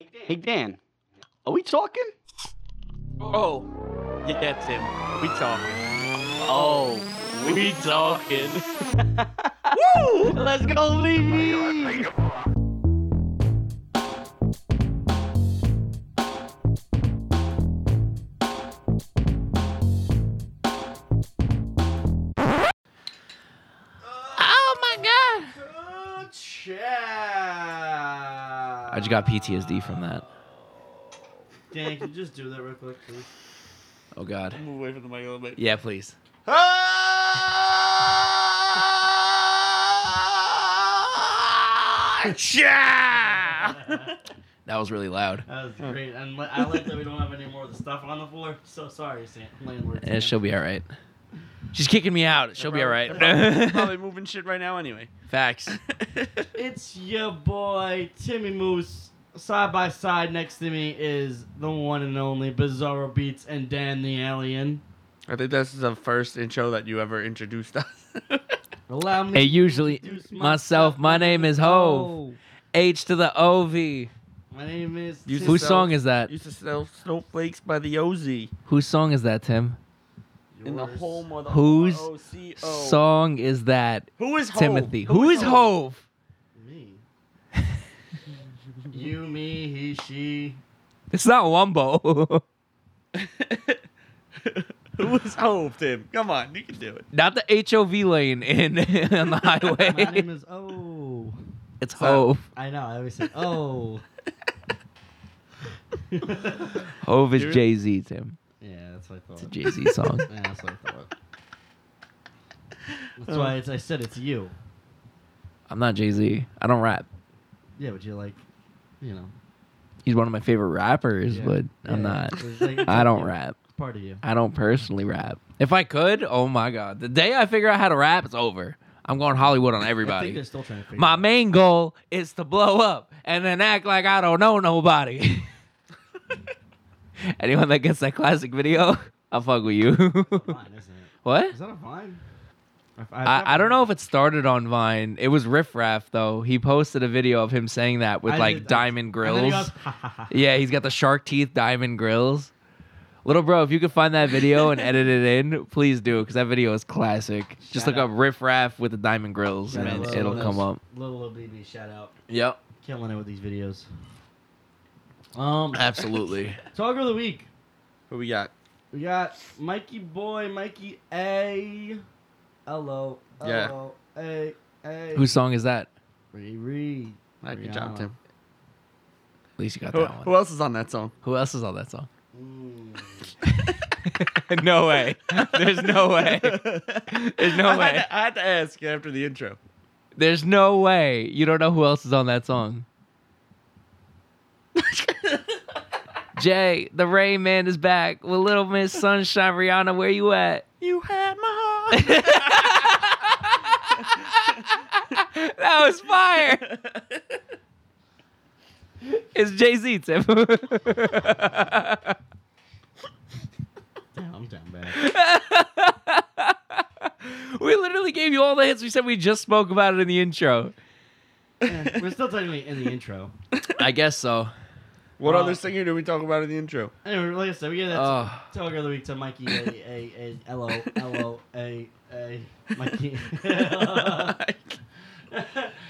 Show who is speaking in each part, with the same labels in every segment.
Speaker 1: Hey Dan, are we talking?
Speaker 2: Oh, yeah, that's him. We talking.
Speaker 1: Oh,
Speaker 2: We talking.
Speaker 1: woo! Let's go, Lee.
Speaker 2: Oh my god.
Speaker 3: I just got PTSD from that.
Speaker 4: Dan, can you just do that real quick, please?
Speaker 3: Oh God.
Speaker 2: Move away from the mic a little bit.
Speaker 3: Yeah, please.
Speaker 2: Ah,
Speaker 3: That was really loud.
Speaker 4: That was great. And li- I like that we don't have any more of the stuff on the floor. So sorry, Sam. Landlord.
Speaker 3: Eh,
Speaker 4: Sam.
Speaker 3: she'll be all right. She's kicking me out. She'll be all
Speaker 2: Probably,
Speaker 3: right.
Speaker 2: probably moving shit right now anyway.
Speaker 3: Facts.
Speaker 4: It's your boy, Timmy Moose. Side by side next to me is the one and only Bizarro Beats and Dan the Alien.
Speaker 2: I think this is the first intro that you ever introduced us.
Speaker 4: Allow me
Speaker 3: Hey, usually
Speaker 4: to introduce
Speaker 3: myself. My name is Hove.
Speaker 4: Oh,
Speaker 3: H to the O V.
Speaker 4: My name is.
Speaker 2: You
Speaker 4: Tim-
Speaker 3: Whose
Speaker 2: so-
Speaker 3: song is that?
Speaker 2: Used to sell snowflakes by the OZ
Speaker 3: Whose song is that, Tim?
Speaker 2: in the
Speaker 4: Yours.
Speaker 2: home of the
Speaker 3: Whose
Speaker 2: R-O-C-O.
Speaker 3: Song is that?
Speaker 2: Who is Hove?
Speaker 3: Timothy. Oh. Who is Hove?
Speaker 4: Me. you, me, he, she.
Speaker 3: It's not Wumbo.
Speaker 2: Who is Hove, Tim? Come on, you can do it.
Speaker 3: not the H O V lane in on the
Speaker 4: My name
Speaker 3: highway.
Speaker 4: is. Oh.
Speaker 3: It's Hove.
Speaker 4: I know. I always say, oh.
Speaker 3: Hove
Speaker 2: You're-
Speaker 3: is Jay Z, Tim.
Speaker 4: Yeah, that's what I
Speaker 3: It's a
Speaker 4: thought.
Speaker 3: Jay Z song.
Speaker 4: Yeah, that's what I
Speaker 3: Oh.
Speaker 4: thought. That's why it's, I said it's you.
Speaker 3: I'm not Jay Z. I don't rap.
Speaker 4: Yeah, but you're like, you know.
Speaker 3: He's one of my favorite rappers,
Speaker 4: Yeah.
Speaker 3: but I'm
Speaker 4: Yeah,
Speaker 3: not.
Speaker 4: it's like- it's
Speaker 3: I
Speaker 4: like
Speaker 3: don't
Speaker 4: you.
Speaker 3: rap.
Speaker 4: It's part of you.
Speaker 3: I don't personally rap. If I could, oh my god, the day I figure out how to rap, it's over. I'm going Hollywood on
Speaker 4: I think
Speaker 3: everybody.
Speaker 4: they're still trying to figure
Speaker 3: My
Speaker 4: it
Speaker 3: main goal is to blow up and then act like I don't know nobody. Anyone that gets that classic video, I'll fuck with you.
Speaker 4: out. Vine, isn't it?
Speaker 3: what?
Speaker 4: Is that a vine?
Speaker 3: I, I don't know if it started on Vine. It was Riff Raff though. He posted a video of him saying that with
Speaker 4: I
Speaker 3: like
Speaker 4: did- I-
Speaker 3: diamond
Speaker 4: And
Speaker 3: grills.
Speaker 4: then he goes, ha, ha, ha.
Speaker 3: Yeah, he's got the shark teeth diamond grills. Little bro, if you could find that video and edit it in, please do, because that video is classic. Just
Speaker 4: Shout
Speaker 3: look up Riff Raff with the diamond grills,
Speaker 4: Shout out
Speaker 3: and
Speaker 4: Lil
Speaker 3: it'll
Speaker 4: Nas.
Speaker 3: come up.
Speaker 4: Little Lil BB, shout out.
Speaker 3: Yep,
Speaker 4: Killing it with these videos. Um,
Speaker 3: absolutely.
Speaker 4: Talker of the Week.
Speaker 2: Who we got?
Speaker 4: We got Mikey Boy, Mikey A. Hello.
Speaker 2: Yeah.
Speaker 4: Hello. A. A.
Speaker 3: Whose song is that?
Speaker 4: Riri.
Speaker 2: Alright, good
Speaker 4: Rihanna.
Speaker 2: job, Tim.
Speaker 3: At least you got
Speaker 2: Who,
Speaker 3: that
Speaker 2: who
Speaker 3: one.
Speaker 2: else is on that song?
Speaker 3: Who else is on that song?
Speaker 4: Mm.
Speaker 3: no way. There's no way. There's no
Speaker 2: I Had
Speaker 3: way.
Speaker 2: to, I had to ask after the intro.
Speaker 3: There's no way. You don't know who else is on that song. Jay, the Rain Man is back with Little Miss Sunshine. Rihanna, where you at?
Speaker 2: You had my
Speaker 3: that was fire. It's Jay Z, Tim.
Speaker 4: Damn, I'm down bad.
Speaker 3: we literally gave you all the hits. We said we just spoke about it in the intro.
Speaker 4: Eh, We're still technically in the intro.
Speaker 3: I guess so.
Speaker 2: What
Speaker 4: Uh,
Speaker 2: other singer did we talk about in the intro?
Speaker 4: Anyway, like I said, we get that
Speaker 3: Oh.
Speaker 4: Talker of the Week to Mikey A. A. A. L. O. L. O. A. A. Mikey.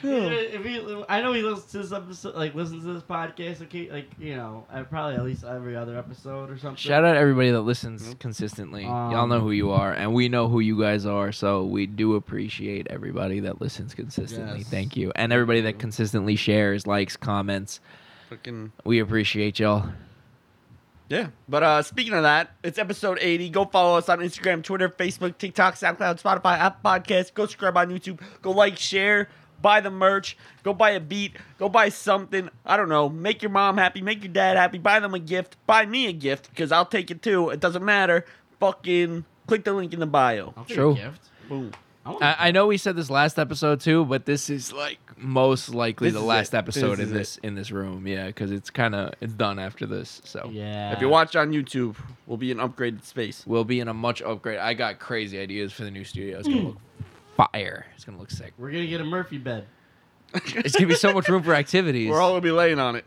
Speaker 4: if he, I know he listens to this episode, like listens to this podcast, okay, like you know, I probably at least every other episode or something.
Speaker 3: Shout out everybody that listens consistently. Y'all
Speaker 4: Um,
Speaker 3: know who you are, and we know who you guys are. So we do appreciate everybody that listens consistently.
Speaker 4: Yes.
Speaker 3: Thank you, and everybody that consistently shares, likes, comments.
Speaker 2: Fucking
Speaker 3: We appreciate y'all.
Speaker 2: yeah. But uh, speaking of that, it's episode eighty. Go follow us on Instagram, Twitter, Facebook, TikTok, SoundCloud, Spotify, App Podcast. Go subscribe on YouTube. Go like, share, buy the merch. Go buy a beat. Go buy something. I don't know. Make your mom happy. Make your dad happy. Buy them a gift. Buy me a gift because I'll take it too. It doesn't matter. Fucking click the link in the bio.
Speaker 4: I'll take a
Speaker 3: True. Uh,
Speaker 4: gift.
Speaker 2: Boom.
Speaker 4: I want a
Speaker 3: I, I know we said this last episode too, but this is like most likely
Speaker 2: This
Speaker 3: the
Speaker 2: is
Speaker 3: last
Speaker 2: it.
Speaker 3: episode
Speaker 2: This
Speaker 3: in
Speaker 2: is it.
Speaker 3: this in this room. Yeah, because it's kind of it's done after this. So
Speaker 4: Yeah.
Speaker 2: If you watch on YouTube, we'll be in upgraded space.
Speaker 3: we'll be in a much upgrade. I got
Speaker 2: Hmm.
Speaker 3: crazy ideas for the new studio. It's gonna look fire. It's gonna look sick.
Speaker 4: we're gonna get a Murphy bed.
Speaker 3: It's gonna be so much room for activities.
Speaker 2: We're all gonna be laying on it.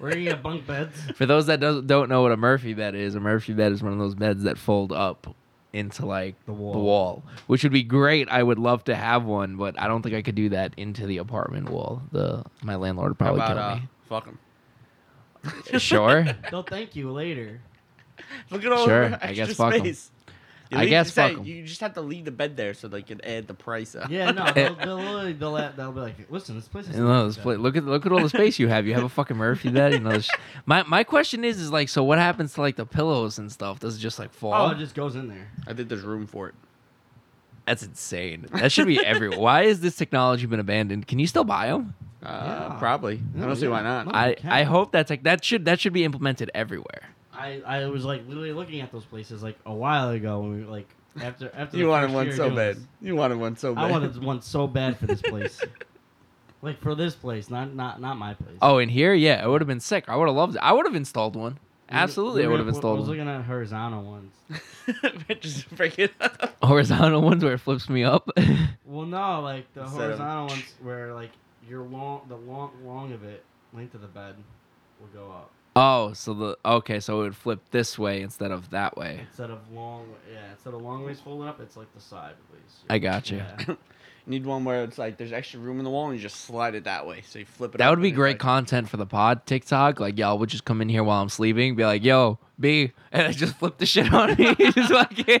Speaker 4: We're gonna get bunk beds.
Speaker 3: for those that does, don't know what a Murphy bed is, a Murphy bed is one of those beds that fold up into like
Speaker 4: The wall.
Speaker 3: the wall, which would be great. I would love to have one, but I don't think I could do that into the apartment wall. The my landlord would
Speaker 2: How
Speaker 3: probably
Speaker 2: about
Speaker 3: kill
Speaker 2: uh,
Speaker 3: me.
Speaker 2: fuck 'em.
Speaker 3: Sure,
Speaker 4: They'll thank you later.
Speaker 2: Look at all
Speaker 3: Sure,
Speaker 2: the
Speaker 3: I
Speaker 2: extra
Speaker 3: guess fuck 'em.
Speaker 2: space. You
Speaker 3: I
Speaker 2: leave-
Speaker 3: guess
Speaker 2: you say-
Speaker 3: fuck 'em.
Speaker 2: You just have to leave the bed there so they can add the price up.
Speaker 4: Yeah,
Speaker 3: Eh.
Speaker 4: no, they'll, they'll, literally- they'll, let- they'll be like, listen, this place is.
Speaker 3: You know, this pla- look at look at all the space you have. You have a fucking Murphy bed. You know, this- my my question is is like, so what happens to like the pillows and stuff? Does it just like fall?
Speaker 4: Oh, it just goes in there.
Speaker 2: I think there's room for it.
Speaker 3: That's insane. That should be everywhere. Why has this technology been abandoned? Can you still buy them?
Speaker 2: Uh,
Speaker 4: Yeah.
Speaker 2: Probably. I
Speaker 4: Oh,
Speaker 2: don't see
Speaker 4: yeah.
Speaker 2: why not.
Speaker 4: Oh,
Speaker 3: I
Speaker 4: you can.
Speaker 3: I hope that's like that should that should be implemented everywhere.
Speaker 4: I, I was like literally looking at those places like a while ago when we were like after after.
Speaker 2: You
Speaker 4: the
Speaker 2: wanted
Speaker 4: first
Speaker 2: one
Speaker 4: year
Speaker 2: so
Speaker 4: doing
Speaker 2: bad.
Speaker 4: this.
Speaker 2: You wanted one so bad.
Speaker 4: I wanted one so bad for this place. like for this place, not not not my place.
Speaker 3: Oh, in here, yeah, it would have been sick. I would have loved it. I would have installed one.
Speaker 4: We were-
Speaker 3: Absolutely,
Speaker 4: we
Speaker 3: I
Speaker 4: were-
Speaker 3: would have
Speaker 4: I
Speaker 3: installed
Speaker 4: was
Speaker 3: one.
Speaker 4: looking at horizontal ones.
Speaker 2: just break it up.
Speaker 3: Horizontal ones where it flips me up.
Speaker 4: Well, no, like the
Speaker 2: Instead of-
Speaker 4: horizontal ones where like your long, the long, long of it, length of the bed, will go up
Speaker 3: oh, so the okay, so it would flip this way instead of that way.
Speaker 4: instead of long. Yeah, instead of long ways folding up, it's like the side at least.
Speaker 3: I got you.
Speaker 4: Yeah.
Speaker 2: You need one where it's like there's extra room in the wall and you just slide it that way. So you flip it.
Speaker 3: That
Speaker 2: up
Speaker 3: would be
Speaker 2: and it's
Speaker 3: great
Speaker 2: like-
Speaker 3: content for the pod TikTok. Like y'all would just come in here while I'm sleeping, be like, "Yo, B," and I just flip the shit on me. just fucking.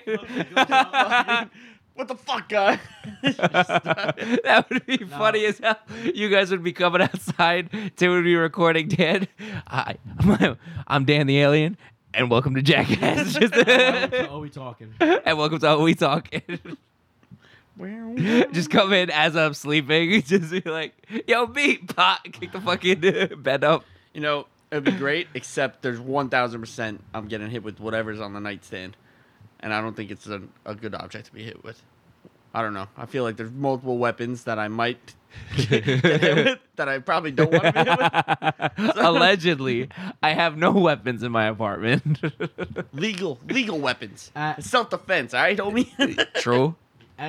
Speaker 2: what the fuck, guy?
Speaker 3: that would be
Speaker 4: No.
Speaker 3: funny as hell. You guys would be coming outside. Tim would be recording Dan. Hi, I'm, I'm Dan the Alien, and welcome to Jackass. Just-
Speaker 4: Are we-
Speaker 3: and
Speaker 4: are we talking?
Speaker 3: welcome to All We Talking. just come in as I'm sleeping. Just be like, yo, B, pop, kick the fucking bed up.
Speaker 2: you know, it'd be great, except there's one thousand percent I'm getting hit with whatever's on the nightstand, and I don't think it's a, a good object to be hit with. I don't know. I feel like there's multiple weapons that I might get hit with that I probably don't want to be hit with.
Speaker 3: Allegedly, I have no weapons in my apartment.
Speaker 2: Legal, legal weapons.
Speaker 4: Uh,
Speaker 2: It's self defense, all right, homie.
Speaker 3: True.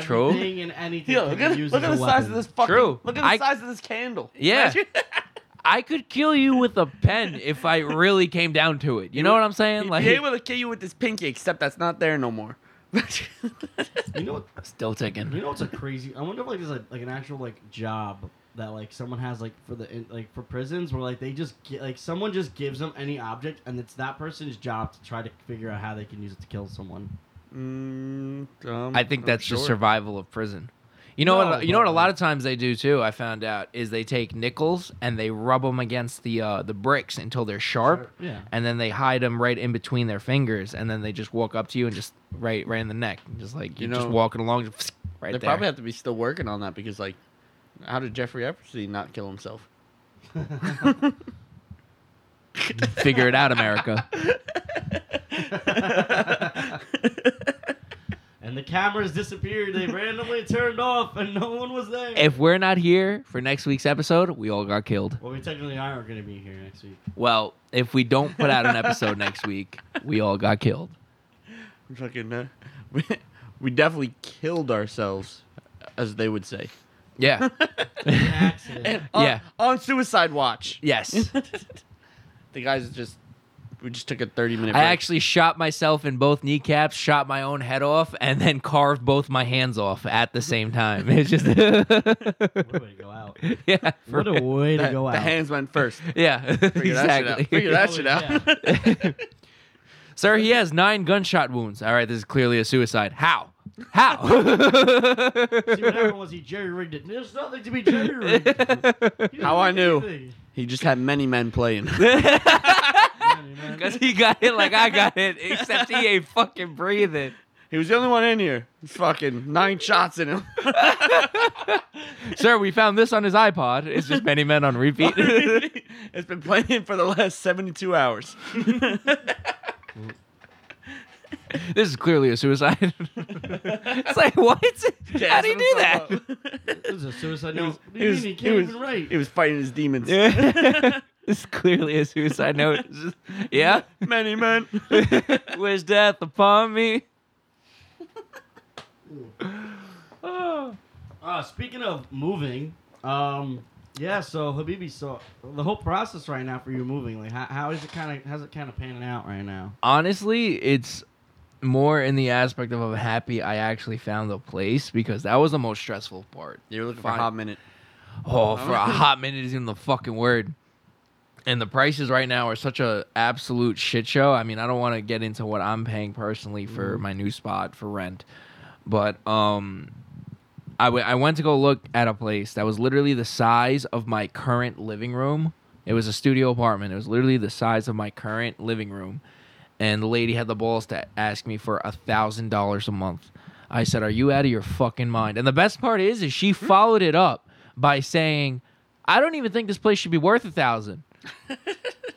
Speaker 3: True.
Speaker 4: Everything and anything.
Speaker 2: Yo,
Speaker 4: can
Speaker 2: look
Speaker 4: be
Speaker 2: at,
Speaker 4: used
Speaker 2: look
Speaker 4: as
Speaker 2: at the
Speaker 4: a
Speaker 2: size of
Speaker 4: weapon.
Speaker 2: this fucking.
Speaker 3: True.
Speaker 2: Look at the
Speaker 3: I-
Speaker 2: size of this candle.
Speaker 3: Yeah.
Speaker 2: Imagine-
Speaker 3: I could kill you with a pen if I really came down to it. You know what I'm saying?
Speaker 2: Like,
Speaker 3: Like,
Speaker 2: he able to kill you with this pinky, except that's not there no more.
Speaker 4: You know what?
Speaker 3: still
Speaker 4: You
Speaker 3: ticking.
Speaker 4: know what's a crazy? I wonder if like there's like, like an actual like job that like someone has like for the in, like for prisons where like they just get like someone just gives them any object and it's that person's job to try to figure out how they can use it to kill someone.
Speaker 2: Mm, um,
Speaker 3: I think
Speaker 2: I'm
Speaker 3: that's the
Speaker 2: sure.
Speaker 3: survival of prison. You know
Speaker 4: No,
Speaker 3: what? You know what? A
Speaker 4: but-
Speaker 3: lot of times they do too. I found out is they take nickels and they rub them against the uh, the bricks until they're sharp,
Speaker 4: Yeah.
Speaker 3: and then they hide them right in between their fingers, and then they just walk up to you and just right right in the neck, just like
Speaker 2: You
Speaker 3: you're just
Speaker 2: know,
Speaker 3: walking along, just right
Speaker 2: They
Speaker 3: there.
Speaker 2: probably have to be still working on that because, like, how did Jeffrey Epstein not kill himself?
Speaker 3: Figure it out, America.
Speaker 4: and the cameras disappeared. They randomly turned off and no one was there.
Speaker 3: if we're not here for next week's episode, we all got killed.
Speaker 4: well, we technically aren't going to be here next week.
Speaker 3: Well, if we don't put out an episode next week, we all got killed.
Speaker 2: Fucking, uh, we, we definitely killed ourselves, as they would say.
Speaker 3: Yeah.
Speaker 4: An accident.
Speaker 2: On-
Speaker 3: Yeah.
Speaker 2: On suicide watch.
Speaker 3: yes.
Speaker 2: The guys just, we just took a 30 minute
Speaker 3: I
Speaker 2: break.
Speaker 3: actually shot myself in both kneecaps, shot my own head off, and then carved both my hands off at the same time. It's just
Speaker 4: what a way to go out.
Speaker 3: Yeah. for
Speaker 4: What a
Speaker 3: real.
Speaker 4: way to
Speaker 2: That-
Speaker 4: go
Speaker 2: The
Speaker 4: out.
Speaker 2: hands went first.
Speaker 3: yeah.
Speaker 2: Figure
Speaker 3: exactly.
Speaker 2: that shit out.
Speaker 4: Oh,
Speaker 2: Figure that shit out.
Speaker 3: Sir, he has nine gunshot wounds. All right, this is clearly a suicide. How? How?
Speaker 4: See, what happened was he jerry rigged it. There's nothing to be jerry rigged.
Speaker 2: How I knew. He just had many men playing.
Speaker 3: Because he got it like I got it, except he ain't fucking breathing.
Speaker 2: He was the only one in here. Fucking nine shots in him.
Speaker 3: Sir, we found this on his iPod. It's just many men on repeat.
Speaker 2: it's been playing for the last 72 hours.
Speaker 3: this is clearly a suicide. it's like, what? How do you do that?
Speaker 4: It was a suicide
Speaker 2: He
Speaker 4: note.
Speaker 2: was,
Speaker 4: What do
Speaker 2: he
Speaker 4: you
Speaker 2: was,
Speaker 4: mean he
Speaker 2: he
Speaker 4: can't
Speaker 2: was,
Speaker 4: even write?
Speaker 2: he was fighting his demons.
Speaker 3: Yeah. this is clearly a suicide note. It's just- yeah?
Speaker 2: Many men.
Speaker 3: Wish death upon me. Oh.
Speaker 4: Uh, speaking of moving, Um, yeah. So Habibi, so the whole process right now for you moving, like, how, how is it kind of, how's it kind of panning out right now?
Speaker 3: honestly, it's more in the aspect of I'm happy I actually found a place because that was the most stressful part.
Speaker 2: You're looking for
Speaker 3: Fine.
Speaker 2: a hot minute.
Speaker 3: Oh, for a hot minute is even the fucking word. And the prices right now are such a absolute shit show. I mean, I don't want to get into what I'm paying personally for my new spot for rent, but um, I w- I went to go look at a place that was literally the size of my current living room. It was a studio apartment. It was literally the size of my current living room, and the lady had the balls to ask me for a thousand dollars a month. I said, "Are you out of your fucking mind?" And the best part is, is she
Speaker 2: Hmm?
Speaker 3: followed it up by saying, "I don't even think this place should be worth a thousand.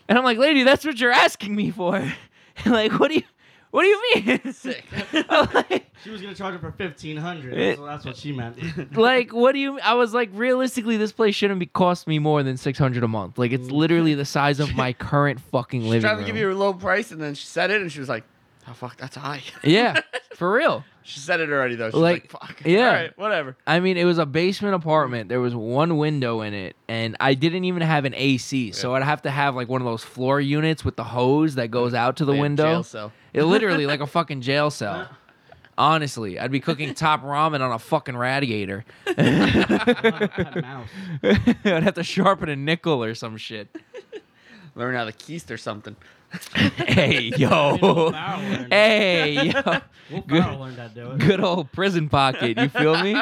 Speaker 3: and I'm like, "Lady, that's what you're asking me for." like, what do you, what do you mean? Sick. like,
Speaker 4: She was gonna charge her for fifteen
Speaker 3: It-
Speaker 4: hundred. So that's what she meant.
Speaker 3: like, what do you? I was like, realistically, this place shouldn't be cost me more than six hundred a month. Like, it's literally the size of my current fucking
Speaker 2: She
Speaker 3: living
Speaker 2: tried
Speaker 3: room.
Speaker 2: to give you a low price, and then she said it, and she was like, "Oh fuck, that's high."
Speaker 3: yeah, for real.
Speaker 2: she said it already though. She's
Speaker 3: Like,
Speaker 2: like, "Fuck."
Speaker 3: yeah.
Speaker 2: All right, whatever.
Speaker 3: I mean, it was a basement apartment. There was one window in it, and I didn't even have an AC, so I'd have to have like one of those floor units with the hose that goes out to the
Speaker 2: Damn
Speaker 3: window.
Speaker 2: Jail cell.
Speaker 3: It literally like a fucking jail cell. Honestly, I'd be cooking top ramen on a fucking radiator.
Speaker 4: That mouse.
Speaker 3: I'd have to sharpen a nickel or some shit.
Speaker 2: Learn how to keist or something.
Speaker 3: Hey
Speaker 4: Will
Speaker 3: yo,
Speaker 4: Ferrell learned it.
Speaker 3: hey yo,
Speaker 4: Will
Speaker 3: Good-
Speaker 4: Ferrell learned how to do it.
Speaker 3: good old prison pocket. You feel me?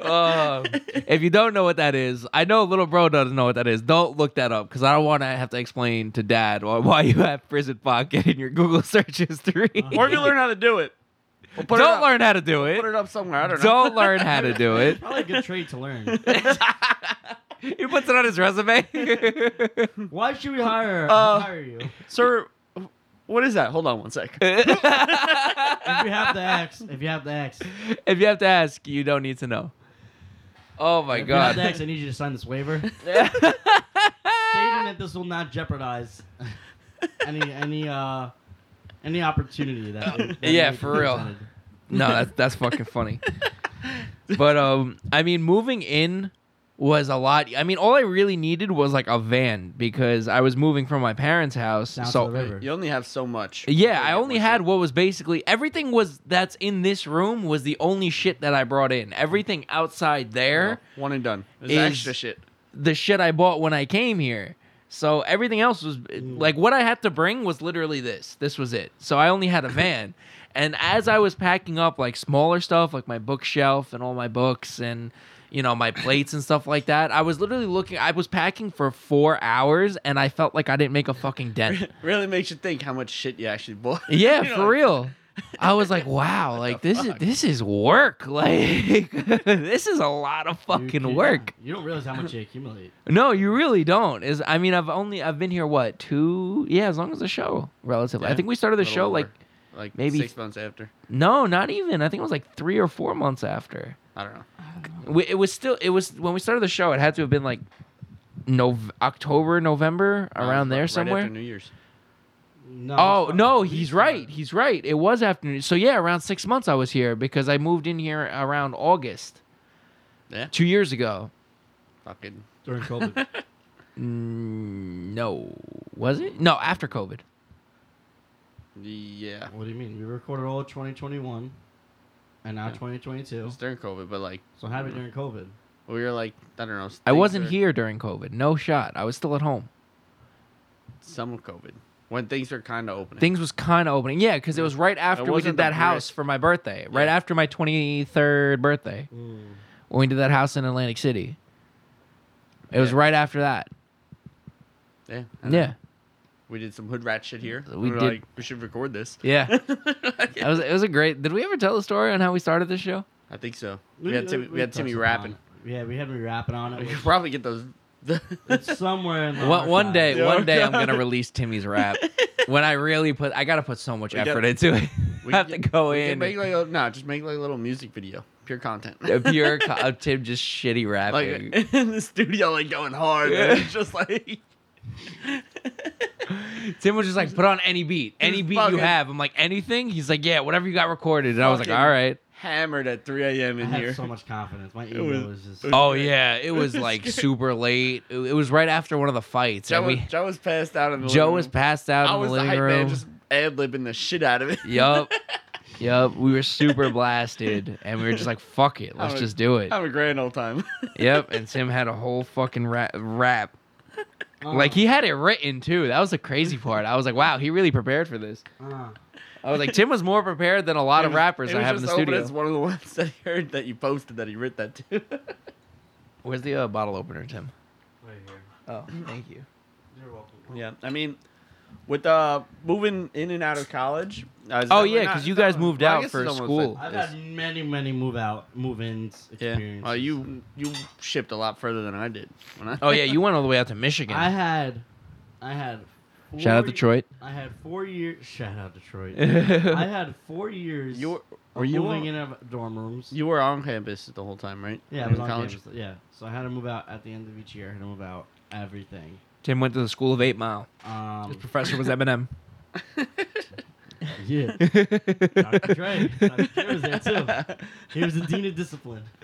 Speaker 3: Uh, if you don't know what that is, I know little bro doesn't know what that is. Don't look that up because I don't want to have to explain to dad why, why you have prison pocket in your Google search history.
Speaker 2: Or if you learn how to do it, we'll put it
Speaker 3: don't
Speaker 2: up.
Speaker 3: learn how to do
Speaker 2: Put
Speaker 3: it.
Speaker 2: it up somewhere. I don't know.
Speaker 3: Don't learn how to do it.
Speaker 4: Probably a good trade to learn.
Speaker 3: he puts it on his resume.
Speaker 4: Why should we hire
Speaker 2: Uh,
Speaker 4: hire you? If
Speaker 2: sir. What is that? Hold on one sec.
Speaker 4: you have the X, if you have the X,
Speaker 3: if you have to ask, you don't need to know. Oh my
Speaker 4: if you have the
Speaker 3: god.
Speaker 4: X, I need you to sign this waiver, stating that this will not jeopardize any any uh any opportunity that. that
Speaker 3: Yeah,
Speaker 4: may be
Speaker 3: for real.
Speaker 4: presented.
Speaker 3: no, that's that's fucking funny. But um I mean moving in was a lot. I mean all I really needed was like a van because I was moving from my parents' house.
Speaker 4: Down
Speaker 3: so
Speaker 4: to the river.
Speaker 2: You only have so much.
Speaker 3: Yeah,
Speaker 2: Before you
Speaker 3: I
Speaker 2: get
Speaker 3: only
Speaker 2: more
Speaker 3: had
Speaker 2: shit.
Speaker 3: what was basically everything was that's in this room was the only shit that I brought in. Everything outside there
Speaker 2: No, one and done. It was
Speaker 3: is-
Speaker 2: extra shit.
Speaker 3: the shit I bought when I came here. So everything else was
Speaker 2: Mm.
Speaker 3: like what I had to bring was literally this. This was it. So I only had a van. And as I was packing up like smaller stuff, like my bookshelf and all my books and you know my plates and stuff like that, I was literally looking. I was packing for four hours, and I felt like I didn't make a fucking dent.
Speaker 2: Really makes you think how much shit you actually bought.
Speaker 3: Yeah,
Speaker 2: You know,
Speaker 3: for
Speaker 2: like,
Speaker 3: real. I was like, wow, like this is this is work. Like this is a lot of
Speaker 4: You
Speaker 3: fucking
Speaker 4: can't-
Speaker 3: work.
Speaker 4: You don't realize how much you accumulate.
Speaker 3: No, you really don't. Is I mean, I've only I've been here what two? Yeah, as long as the show, relatively. I
Speaker 2: Yeah,
Speaker 3: think we started the
Speaker 2: little
Speaker 3: show
Speaker 2: over.
Speaker 3: like
Speaker 2: like
Speaker 3: maybe-
Speaker 2: maybe six months after.
Speaker 3: no, not even. I think it was like three or four months after.
Speaker 2: I don't know.
Speaker 3: We, it was still it was when we started the show. It had to have been like no October, November
Speaker 2: No, it was
Speaker 3: around
Speaker 2: right
Speaker 3: there
Speaker 2: after
Speaker 3: somewhere.
Speaker 2: New Year's.
Speaker 4: No,
Speaker 3: Oh
Speaker 4: it's not-
Speaker 3: no,
Speaker 4: it's
Speaker 3: he's
Speaker 4: not.
Speaker 3: right. He's right. It was afternoon. So yeah, around six months I was here because I moved in here around August
Speaker 2: Yeah,
Speaker 3: two years ago.
Speaker 2: fucking.
Speaker 4: During COVID.
Speaker 3: Mm, no, was it? No, after COVID.
Speaker 2: Yeah,
Speaker 4: what do you mean? We recorded all of 2021, and now 2022.
Speaker 2: it's during COVID, but like
Speaker 4: So happy during COVID.
Speaker 2: we were like I don't know.
Speaker 3: I
Speaker 2: things
Speaker 3: wasn't
Speaker 2: were-
Speaker 3: here during COVID. No shot. I was still at home.
Speaker 2: Some of COVID when things were kind of opening.
Speaker 3: Things was kind of opening. Yeah, because it was right after we did
Speaker 2: wasn't the
Speaker 3: that house
Speaker 2: brisk-
Speaker 3: for my birthday. Right
Speaker 2: Yeah.
Speaker 3: after my 23rd birthday
Speaker 4: Mm.
Speaker 3: when we did that house in Atlantic City. It was
Speaker 2: Yeah. Uh-huh.
Speaker 3: right after that.
Speaker 2: yeah, I know.
Speaker 3: Yeah.
Speaker 2: We did some hood rat shit here.
Speaker 3: We
Speaker 2: We, were
Speaker 3: did-
Speaker 2: like we should record this.
Speaker 3: Yeah. It was, it was a great. Did we ever tell the story on how we started this show?
Speaker 2: I think so. We had Timmy, we had
Speaker 4: touched
Speaker 2: Timmy
Speaker 4: upon
Speaker 2: rapping.
Speaker 4: it. Yeah, we had me rapping on
Speaker 2: We could
Speaker 4: it.
Speaker 2: probably get those.
Speaker 4: it's somewhere in the
Speaker 3: One, one
Speaker 4: archive.
Speaker 3: day,
Speaker 2: Oh, Yeah,
Speaker 3: one day, I'm
Speaker 2: okay.
Speaker 3: gonna release Timmy's rap. when I really put, I gotta put so much
Speaker 2: We
Speaker 3: effort
Speaker 2: gotta-
Speaker 3: into it.
Speaker 2: We
Speaker 3: I have to
Speaker 2: could-
Speaker 3: go
Speaker 2: we could
Speaker 3: in.
Speaker 2: Make like a, no, just make like a little music video, pure content.
Speaker 3: a pure co- of Tim just shitty rapping.
Speaker 2: like in the studio, like going hard.
Speaker 3: Yeah.
Speaker 2: And it's just like
Speaker 3: Tim was just like, put on any beat, any beat you
Speaker 2: fucking-
Speaker 3: have. I'm like, anything? He's like, yeah, whatever you got recorded. And I was like,
Speaker 2: Fucking-
Speaker 3: all right.
Speaker 2: hammered at 3 a.m.
Speaker 4: I
Speaker 2: in here.
Speaker 4: have so much confidence. My ego
Speaker 2: was-
Speaker 4: is just.
Speaker 2: it was-
Speaker 3: Oh yeah, it was like super late. It it was right after one of the fights,
Speaker 2: Joe,
Speaker 3: and
Speaker 2: was,
Speaker 3: we
Speaker 2: Joe was passed out in the
Speaker 3: Joe
Speaker 2: living
Speaker 3: was
Speaker 2: room.
Speaker 3: passed out
Speaker 2: I
Speaker 3: in
Speaker 2: was
Speaker 3: the
Speaker 2: the
Speaker 3: living
Speaker 2: hype
Speaker 3: room.
Speaker 2: man, just ad libbing the shit out of it.
Speaker 3: Yup, yup. We were super blasted, and we were just like, "Fuck it, let's
Speaker 2: was-
Speaker 3: just do it."
Speaker 2: Have a grand old time.
Speaker 3: Yep. And Tim had a whole fucking rap. rap.
Speaker 2: Oh.
Speaker 3: Like he had it written too. That was the crazy part. I was like, "Wow, he really prepared for this."
Speaker 4: Uh,
Speaker 3: I was like, "Tim was more prepared than a lot
Speaker 2: It
Speaker 3: of
Speaker 2: was-
Speaker 3: rappers
Speaker 2: it
Speaker 3: I
Speaker 2: was
Speaker 3: have in the
Speaker 2: just open.
Speaker 3: studio."
Speaker 2: It's one of the ones that he heard that you posted that he writ that to.
Speaker 3: Where's the uh, bottle opener, Tim?
Speaker 4: right here.
Speaker 3: Oh, thank you.
Speaker 4: You're welcome.
Speaker 2: yeah, I mean, with uh moving in and out of college. Uh, is
Speaker 3: Oh
Speaker 2: that-
Speaker 3: yeah,
Speaker 2: not-
Speaker 3: because you
Speaker 2: is that-
Speaker 3: guys moved
Speaker 2: well, I
Speaker 3: out
Speaker 2: guess
Speaker 3: for
Speaker 2: it's almost
Speaker 3: school.
Speaker 4: I've had many, many move out, move ins
Speaker 2: Yeah.
Speaker 4: experiences.
Speaker 2: Well, you you shipped a lot further than I did. When I,
Speaker 3: Oh yeah, you went all the way out to Michigan.
Speaker 4: I had, I had. Four,
Speaker 3: Shout out Detroit.
Speaker 4: I had four years. Shout out Detroit. I
Speaker 3: I,
Speaker 4: had four years.
Speaker 2: you were,
Speaker 4: of
Speaker 2: were you
Speaker 4: moving
Speaker 2: on-
Speaker 4: in of dorm rooms.
Speaker 2: you were on campus the whole time, right?
Speaker 4: yeah, I
Speaker 2: In
Speaker 4: was on campus. Yeah, so I had to move out at the end of each year. I had to move out everything.
Speaker 3: Tim went to the school of Eight Mile. His
Speaker 4: Um,
Speaker 3: professor was Eminem.
Speaker 4: yeah, Dr. Dre. Dr. Dre was there too. He was the dean of discipline.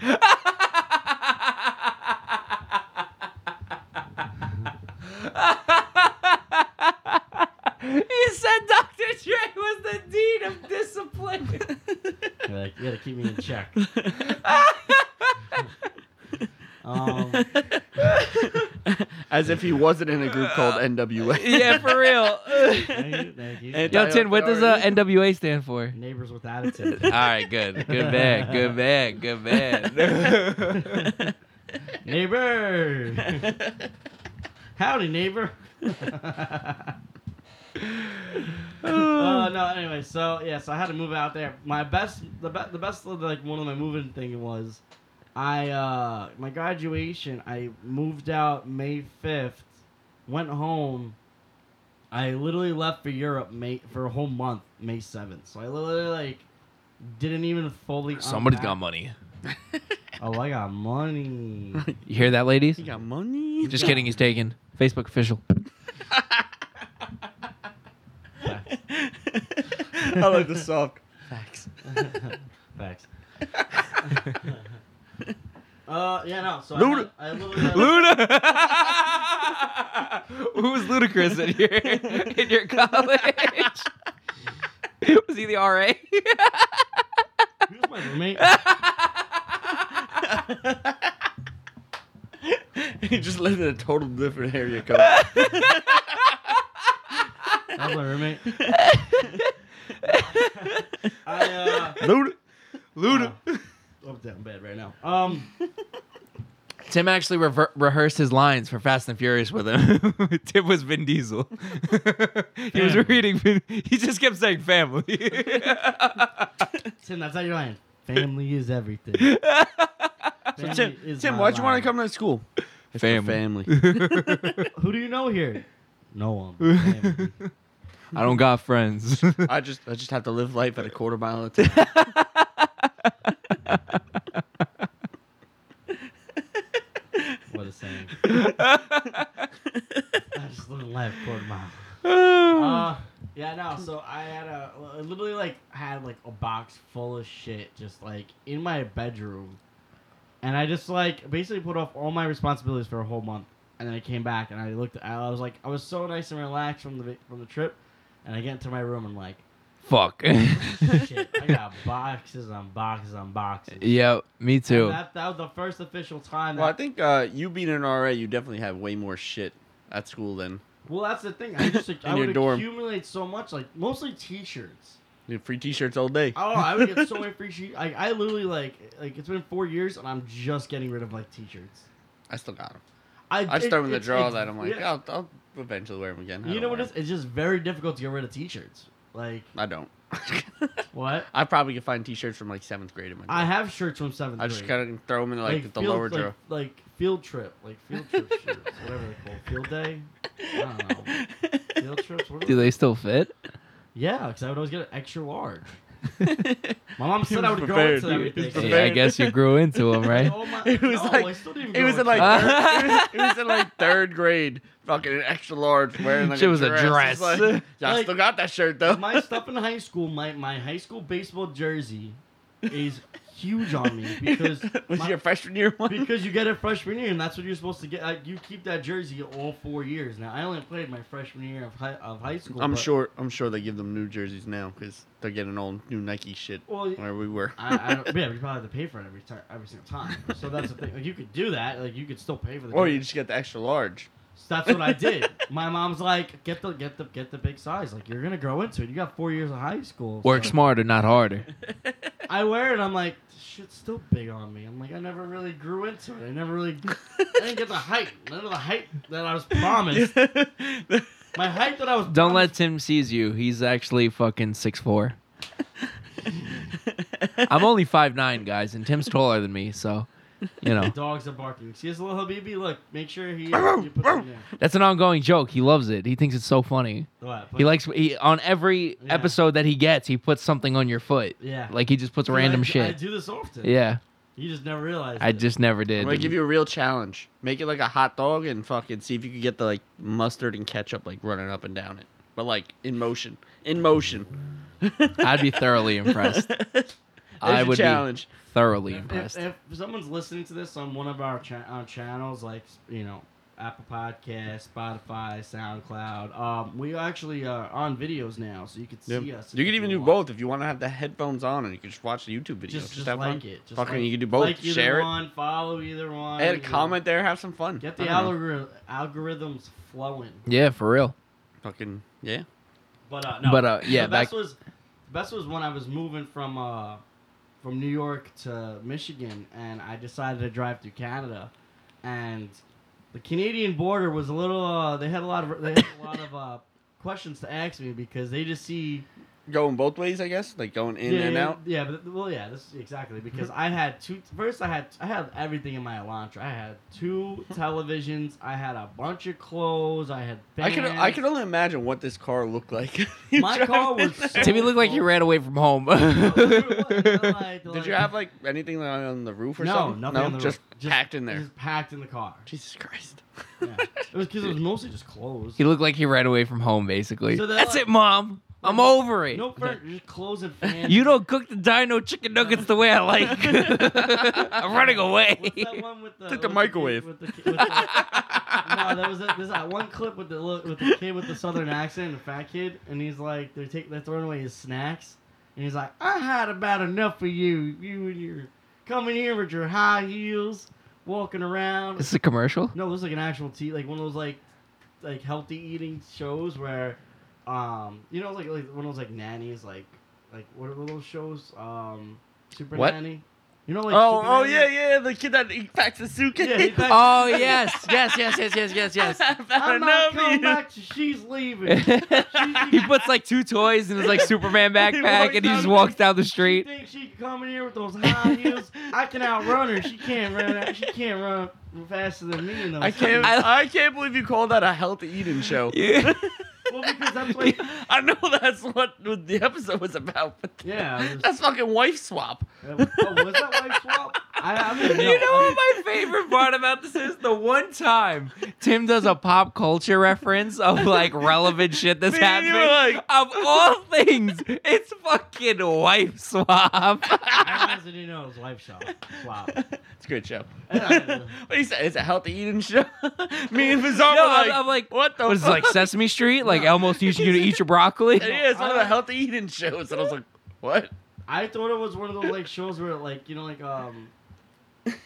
Speaker 3: he said Dr. Dre was the dean of discipline.
Speaker 4: They're like, you gotta keep me in check. Um,
Speaker 2: As if he wasn't in a group called NWA.
Speaker 3: yeah, for real.
Speaker 4: thank you, thank you.
Speaker 2: And-
Speaker 3: Yo, Tim, what does uh, NWA stand for?
Speaker 4: Neighbors with attitude.
Speaker 3: All right, good. Good man. Good man. Good man.
Speaker 4: neighbor. Howdy, neighbor. uh, no, anyway, so yeah, so I had to move out there. My best, the best, the best, like one of my moving thing was, I uh my graduation, I moved out May fifth, went home. I literally left for Europe May for a whole month, May seventh. So I literally like didn't even fully.
Speaker 3: Somebody's
Speaker 4: unpack-
Speaker 3: got money.
Speaker 4: Oh, I got money.
Speaker 3: You hear that, ladies?
Speaker 2: He got money.
Speaker 3: Just kidding. He's taken. Facebook official.
Speaker 2: I like the soft facts.
Speaker 4: Facts. uh, yeah, no. So
Speaker 2: Luda-
Speaker 4: I, had- I literally had,
Speaker 3: Luna. Who's ludicrous in your in your college? Was he the RA?
Speaker 4: Who's my roommate?
Speaker 2: he just lived in a total different area code.
Speaker 4: That's my roommate. I uh,
Speaker 2: Luda.
Speaker 4: Luda. I'm down bad right now. Um,
Speaker 3: Tim actually rever- rehearsed his lines for Fast and Furious with him. Tim was Vin Diesel. he was
Speaker 4: Family.
Speaker 3: reading. Vin- he just kept saying family.
Speaker 4: Tim, that's not your line. Family is everything. so
Speaker 2: So Tim, Tim, why'd you want to come to school?
Speaker 3: Family.
Speaker 2: family.
Speaker 4: Who do you know here? No one. but family.
Speaker 3: I don't got friends.
Speaker 2: I just, I just have to live life at a quarter mile at a time.
Speaker 4: what a saying. I just live life quarter mile. Uh, yeah, no. So I had a I literally like had like a box full of shit just like in my bedroom, and I just like basically put off all my responsibilities for a whole month, and then I came back and I looked. I was like, I was so nice and relaxed from the va- from the trip, and I get into my room and like,
Speaker 3: Fuck.
Speaker 4: shit, I got boxes on boxes on boxes.
Speaker 3: yeah, me too.
Speaker 4: That, that was the first official time.
Speaker 2: Well, I
Speaker 4: That,
Speaker 2: think uh, you being an RA, you definitely have way more shit at school than
Speaker 4: well, that's the thing. I just I
Speaker 2: In your
Speaker 4: would
Speaker 2: dorm.
Speaker 4: accumulate so much, like mostly T-shirts.
Speaker 2: you know, free T-shirts all day.
Speaker 4: Oh, I would get so many free sheets. Like I literally like like it's been four years and I'm just getting rid of like t-shirts.
Speaker 2: I still got them.
Speaker 4: I
Speaker 2: I just throw them in the
Speaker 4: it's-
Speaker 2: drawer
Speaker 4: it's-
Speaker 2: that I'm like,
Speaker 4: yeah.
Speaker 2: I'll, I'll eventually wear them again. I
Speaker 4: you
Speaker 2: don't
Speaker 4: know what
Speaker 2: wear
Speaker 4: it is? It's just very difficult to get rid of t-shirts. Like
Speaker 2: 'em. I don't.
Speaker 4: what?
Speaker 2: I probably could find T-shirts from like seventh grade in my.
Speaker 4: I
Speaker 2: drawer.
Speaker 4: have shirts from seventh.
Speaker 2: I just
Speaker 4: grade.
Speaker 2: kind of throw them in like, the
Speaker 4: field,
Speaker 2: lower
Speaker 4: like,
Speaker 2: drawer.
Speaker 4: Like field trip, like field trip shirts, whatever they call field day. I don't know. Field trips. What are
Speaker 3: Do they still fit?
Speaker 4: Yeah, because I would always get an extra large. My mom said I would grow
Speaker 2: prepared.
Speaker 4: into
Speaker 2: He
Speaker 4: everything.
Speaker 2: was
Speaker 4: so-
Speaker 3: Yeah, I
Speaker 2: prepared.
Speaker 3: guess you grew into them, right?
Speaker 4: Oh my,
Speaker 2: It was
Speaker 4: no,
Speaker 2: like-
Speaker 4: I still didn't
Speaker 2: It was
Speaker 4: grow
Speaker 2: in like
Speaker 4: into
Speaker 3: it.
Speaker 2: third, it, was, it was in like third grade, fucking an extra large wearing like
Speaker 3: Shit was a
Speaker 2: It's
Speaker 3: dress.
Speaker 2: like, yeah, I
Speaker 4: Like,
Speaker 2: still got that shirt though.
Speaker 4: my stuff in high school, my, my high school baseball jersey is huge on me because
Speaker 2: was
Speaker 4: my-
Speaker 2: your freshman year one?
Speaker 4: because you get it freshman year, and that's what you're supposed to get. Like, you keep that jersey all four years. Now, I only played my freshman year of high, of high school.
Speaker 2: I'm
Speaker 4: but
Speaker 2: sure. I'm sure they give them new jerseys now because they're getting all new Nike shit.
Speaker 4: Well, y-
Speaker 2: where we were.
Speaker 4: I, I don't, yeah, we probably have to pay for it every time, every single time. So that's the thing. Like, you could do that. Like, you could still pay for the.
Speaker 2: or you just get the extra large.
Speaker 4: So that's what I did. My mom's like, get the get the get the big size. Like, you're gonna grow into it. You got four years of high school.
Speaker 3: Work
Speaker 4: So
Speaker 3: smarter, not harder.
Speaker 4: I wear it. I'm like, this shit's still big on me. I'm like, I never really grew into it. I never really. I didn't get the height. None of the height that I was promised. My height that I was.
Speaker 3: Don't
Speaker 4: promised-
Speaker 3: let Tim seize you. He's actually fucking six four. I'm only five nine, guys, and Tim's taller than me, so you know
Speaker 4: Dogs are barking. See his little Habibi? Look, make sure he. you put him there.
Speaker 3: that's an ongoing joke. He loves it. He thinks it's so funny.
Speaker 4: What, put-
Speaker 3: He likes he, on every
Speaker 4: Yeah.
Speaker 3: episode that he gets, he puts something on your foot.
Speaker 4: Yeah.
Speaker 3: like he just puts
Speaker 4: Dude,
Speaker 3: random
Speaker 4: I,
Speaker 3: shit.
Speaker 4: I do this often.
Speaker 3: yeah,
Speaker 4: You just never realize.
Speaker 3: I just never did.
Speaker 2: I'm gonna give you a real challenge. Make it like a hot dog and fucking see if you can get the like mustard and ketchup like running up and down it, but like in motion, in motion.
Speaker 3: I'd be thoroughly impressed.
Speaker 2: There's
Speaker 3: I
Speaker 2: your
Speaker 3: would
Speaker 2: challenge.
Speaker 3: be thoroughly
Speaker 4: If, if,
Speaker 3: impressed.
Speaker 4: if someone's listening to this on one of our, cha- our channels, like you know, Apple Podcast, Spotify, SoundCloud, um, we actually are on videos now, so you can see
Speaker 2: Yeah.
Speaker 4: us. if
Speaker 2: You can even do
Speaker 4: want.
Speaker 2: both if you want to have the headphones on and you can just watch the YouTube video.
Speaker 4: Just, just,
Speaker 2: have fun.
Speaker 4: like it. Just
Speaker 2: Fucking,
Speaker 4: like,
Speaker 2: you can do both.
Speaker 4: Like either
Speaker 2: Share
Speaker 4: one, follow either one.
Speaker 2: it. Add a
Speaker 4: you know.
Speaker 2: comment there. Have some fun.
Speaker 4: Get
Speaker 2: I
Speaker 4: the
Speaker 2: don't know.
Speaker 4: algori- algorithms flowing.
Speaker 3: yeah, for real.
Speaker 2: Fucking yeah.
Speaker 4: But uh, no.
Speaker 3: But, uh, yeah,
Speaker 4: the best
Speaker 3: back-
Speaker 4: was the best was when I was moving from uh from New York to Michigan, and I decided to drive through Canada, and the Canadian border was a little. Uh, they had a lot of they had a lot of uh, questions to ask me because they just see
Speaker 2: Going both ways, I guess. Like going in
Speaker 4: yeah,
Speaker 2: and
Speaker 4: yeah,
Speaker 2: out.
Speaker 4: Yeah, but well, yeah, this exactly because I had two. First, I had I had everything in my Elantra. I had two televisions. I I had a bunch of clothes. I had.
Speaker 2: I
Speaker 4: Fans.
Speaker 2: can I can only imagine what this car looked like. You
Speaker 4: My
Speaker 2: drive
Speaker 4: car
Speaker 2: in
Speaker 4: was.
Speaker 2: there.
Speaker 4: So
Speaker 3: Timmy looked like you
Speaker 4: full.
Speaker 3: ran away from home.
Speaker 2: Did you have like anything like, on the roof or
Speaker 4: no,
Speaker 2: something?
Speaker 4: nothing. on the
Speaker 2: just
Speaker 4: roof.
Speaker 2: packed in there.
Speaker 4: Just packed in the car.
Speaker 2: Jesus Christ.
Speaker 4: Yeah. It was because it was mostly just clothes.
Speaker 3: he looked like he ran away from home, basically.
Speaker 4: So they're
Speaker 3: That's
Speaker 4: like-
Speaker 3: it, mom. I'm over it.
Speaker 4: No furniture, just clothes and fans.
Speaker 3: You don't cook the dino chicken nuggets the way I like. I'm running away.
Speaker 4: What's that one with the,
Speaker 2: Took the
Speaker 4: with kid-
Speaker 2: microwave.
Speaker 4: with the, ki- with the, no, there was a, there's that one clip with the little- with the kid with the southern accent, the fat kid, and he's like they're taking they're throwing away his snacks, and he's like, I had about enough of you, you and your coming here with your high heels, walking around.
Speaker 3: This is a commercial.
Speaker 4: No, it was like an actual tea, like one of those like like healthy eating shows where, um, you know, like like one of those like nannies, like like what are those shows? Um, Super
Speaker 2: What?
Speaker 4: Nanny. You know, like
Speaker 2: oh,
Speaker 4: Super
Speaker 2: oh
Speaker 4: Nanny?
Speaker 2: yeah, yeah, the kid that he packs a suitcase.
Speaker 4: Yeah, he packs-
Speaker 3: Oh yes, yes, yes, yes, yes, yes, yes.
Speaker 4: I'm not coming back. till She's leaving. She
Speaker 3: he puts like two toys in his like Superman backpack, and he just walks down the street.
Speaker 4: thinks she can come in here with those high heels. I can outrun her. She can't run. She can't run faster than me. In those
Speaker 2: I can't
Speaker 4: heels.
Speaker 2: I, can't believe you call that a healthy eating show.
Speaker 3: Yeah.
Speaker 4: Well, because that's what.
Speaker 2: I know that's what the episode was about, but
Speaker 4: Yeah. it was-
Speaker 2: that's fucking wife swap.
Speaker 4: that was- oh, was that wife swap? I, I don't even
Speaker 3: You know
Speaker 4: I-
Speaker 3: what my favorite part about this is? The one time Tim does a pop culture reference of like relevant shit that's
Speaker 2: Me and you
Speaker 3: happening.
Speaker 2: were like-
Speaker 3: of all things, it's fucking wife swap.
Speaker 4: I wasn't even know it was life shop. Wow.
Speaker 2: It's a great show.
Speaker 4: Yeah.
Speaker 2: what he said? It's a healthy eating show. Me and Bizarre
Speaker 3: No,
Speaker 2: were
Speaker 3: I'm-
Speaker 2: like,
Speaker 3: I'm like,
Speaker 2: what the
Speaker 3: What is it,
Speaker 2: fuck?
Speaker 3: like Sesame Street? Like Elmo's teaching you to eat your broccoli?
Speaker 2: yeah, it's one of
Speaker 4: I-
Speaker 2: the healthy eating shows. And I was like, what?
Speaker 4: I thought it was one of those like shows where like you know like um.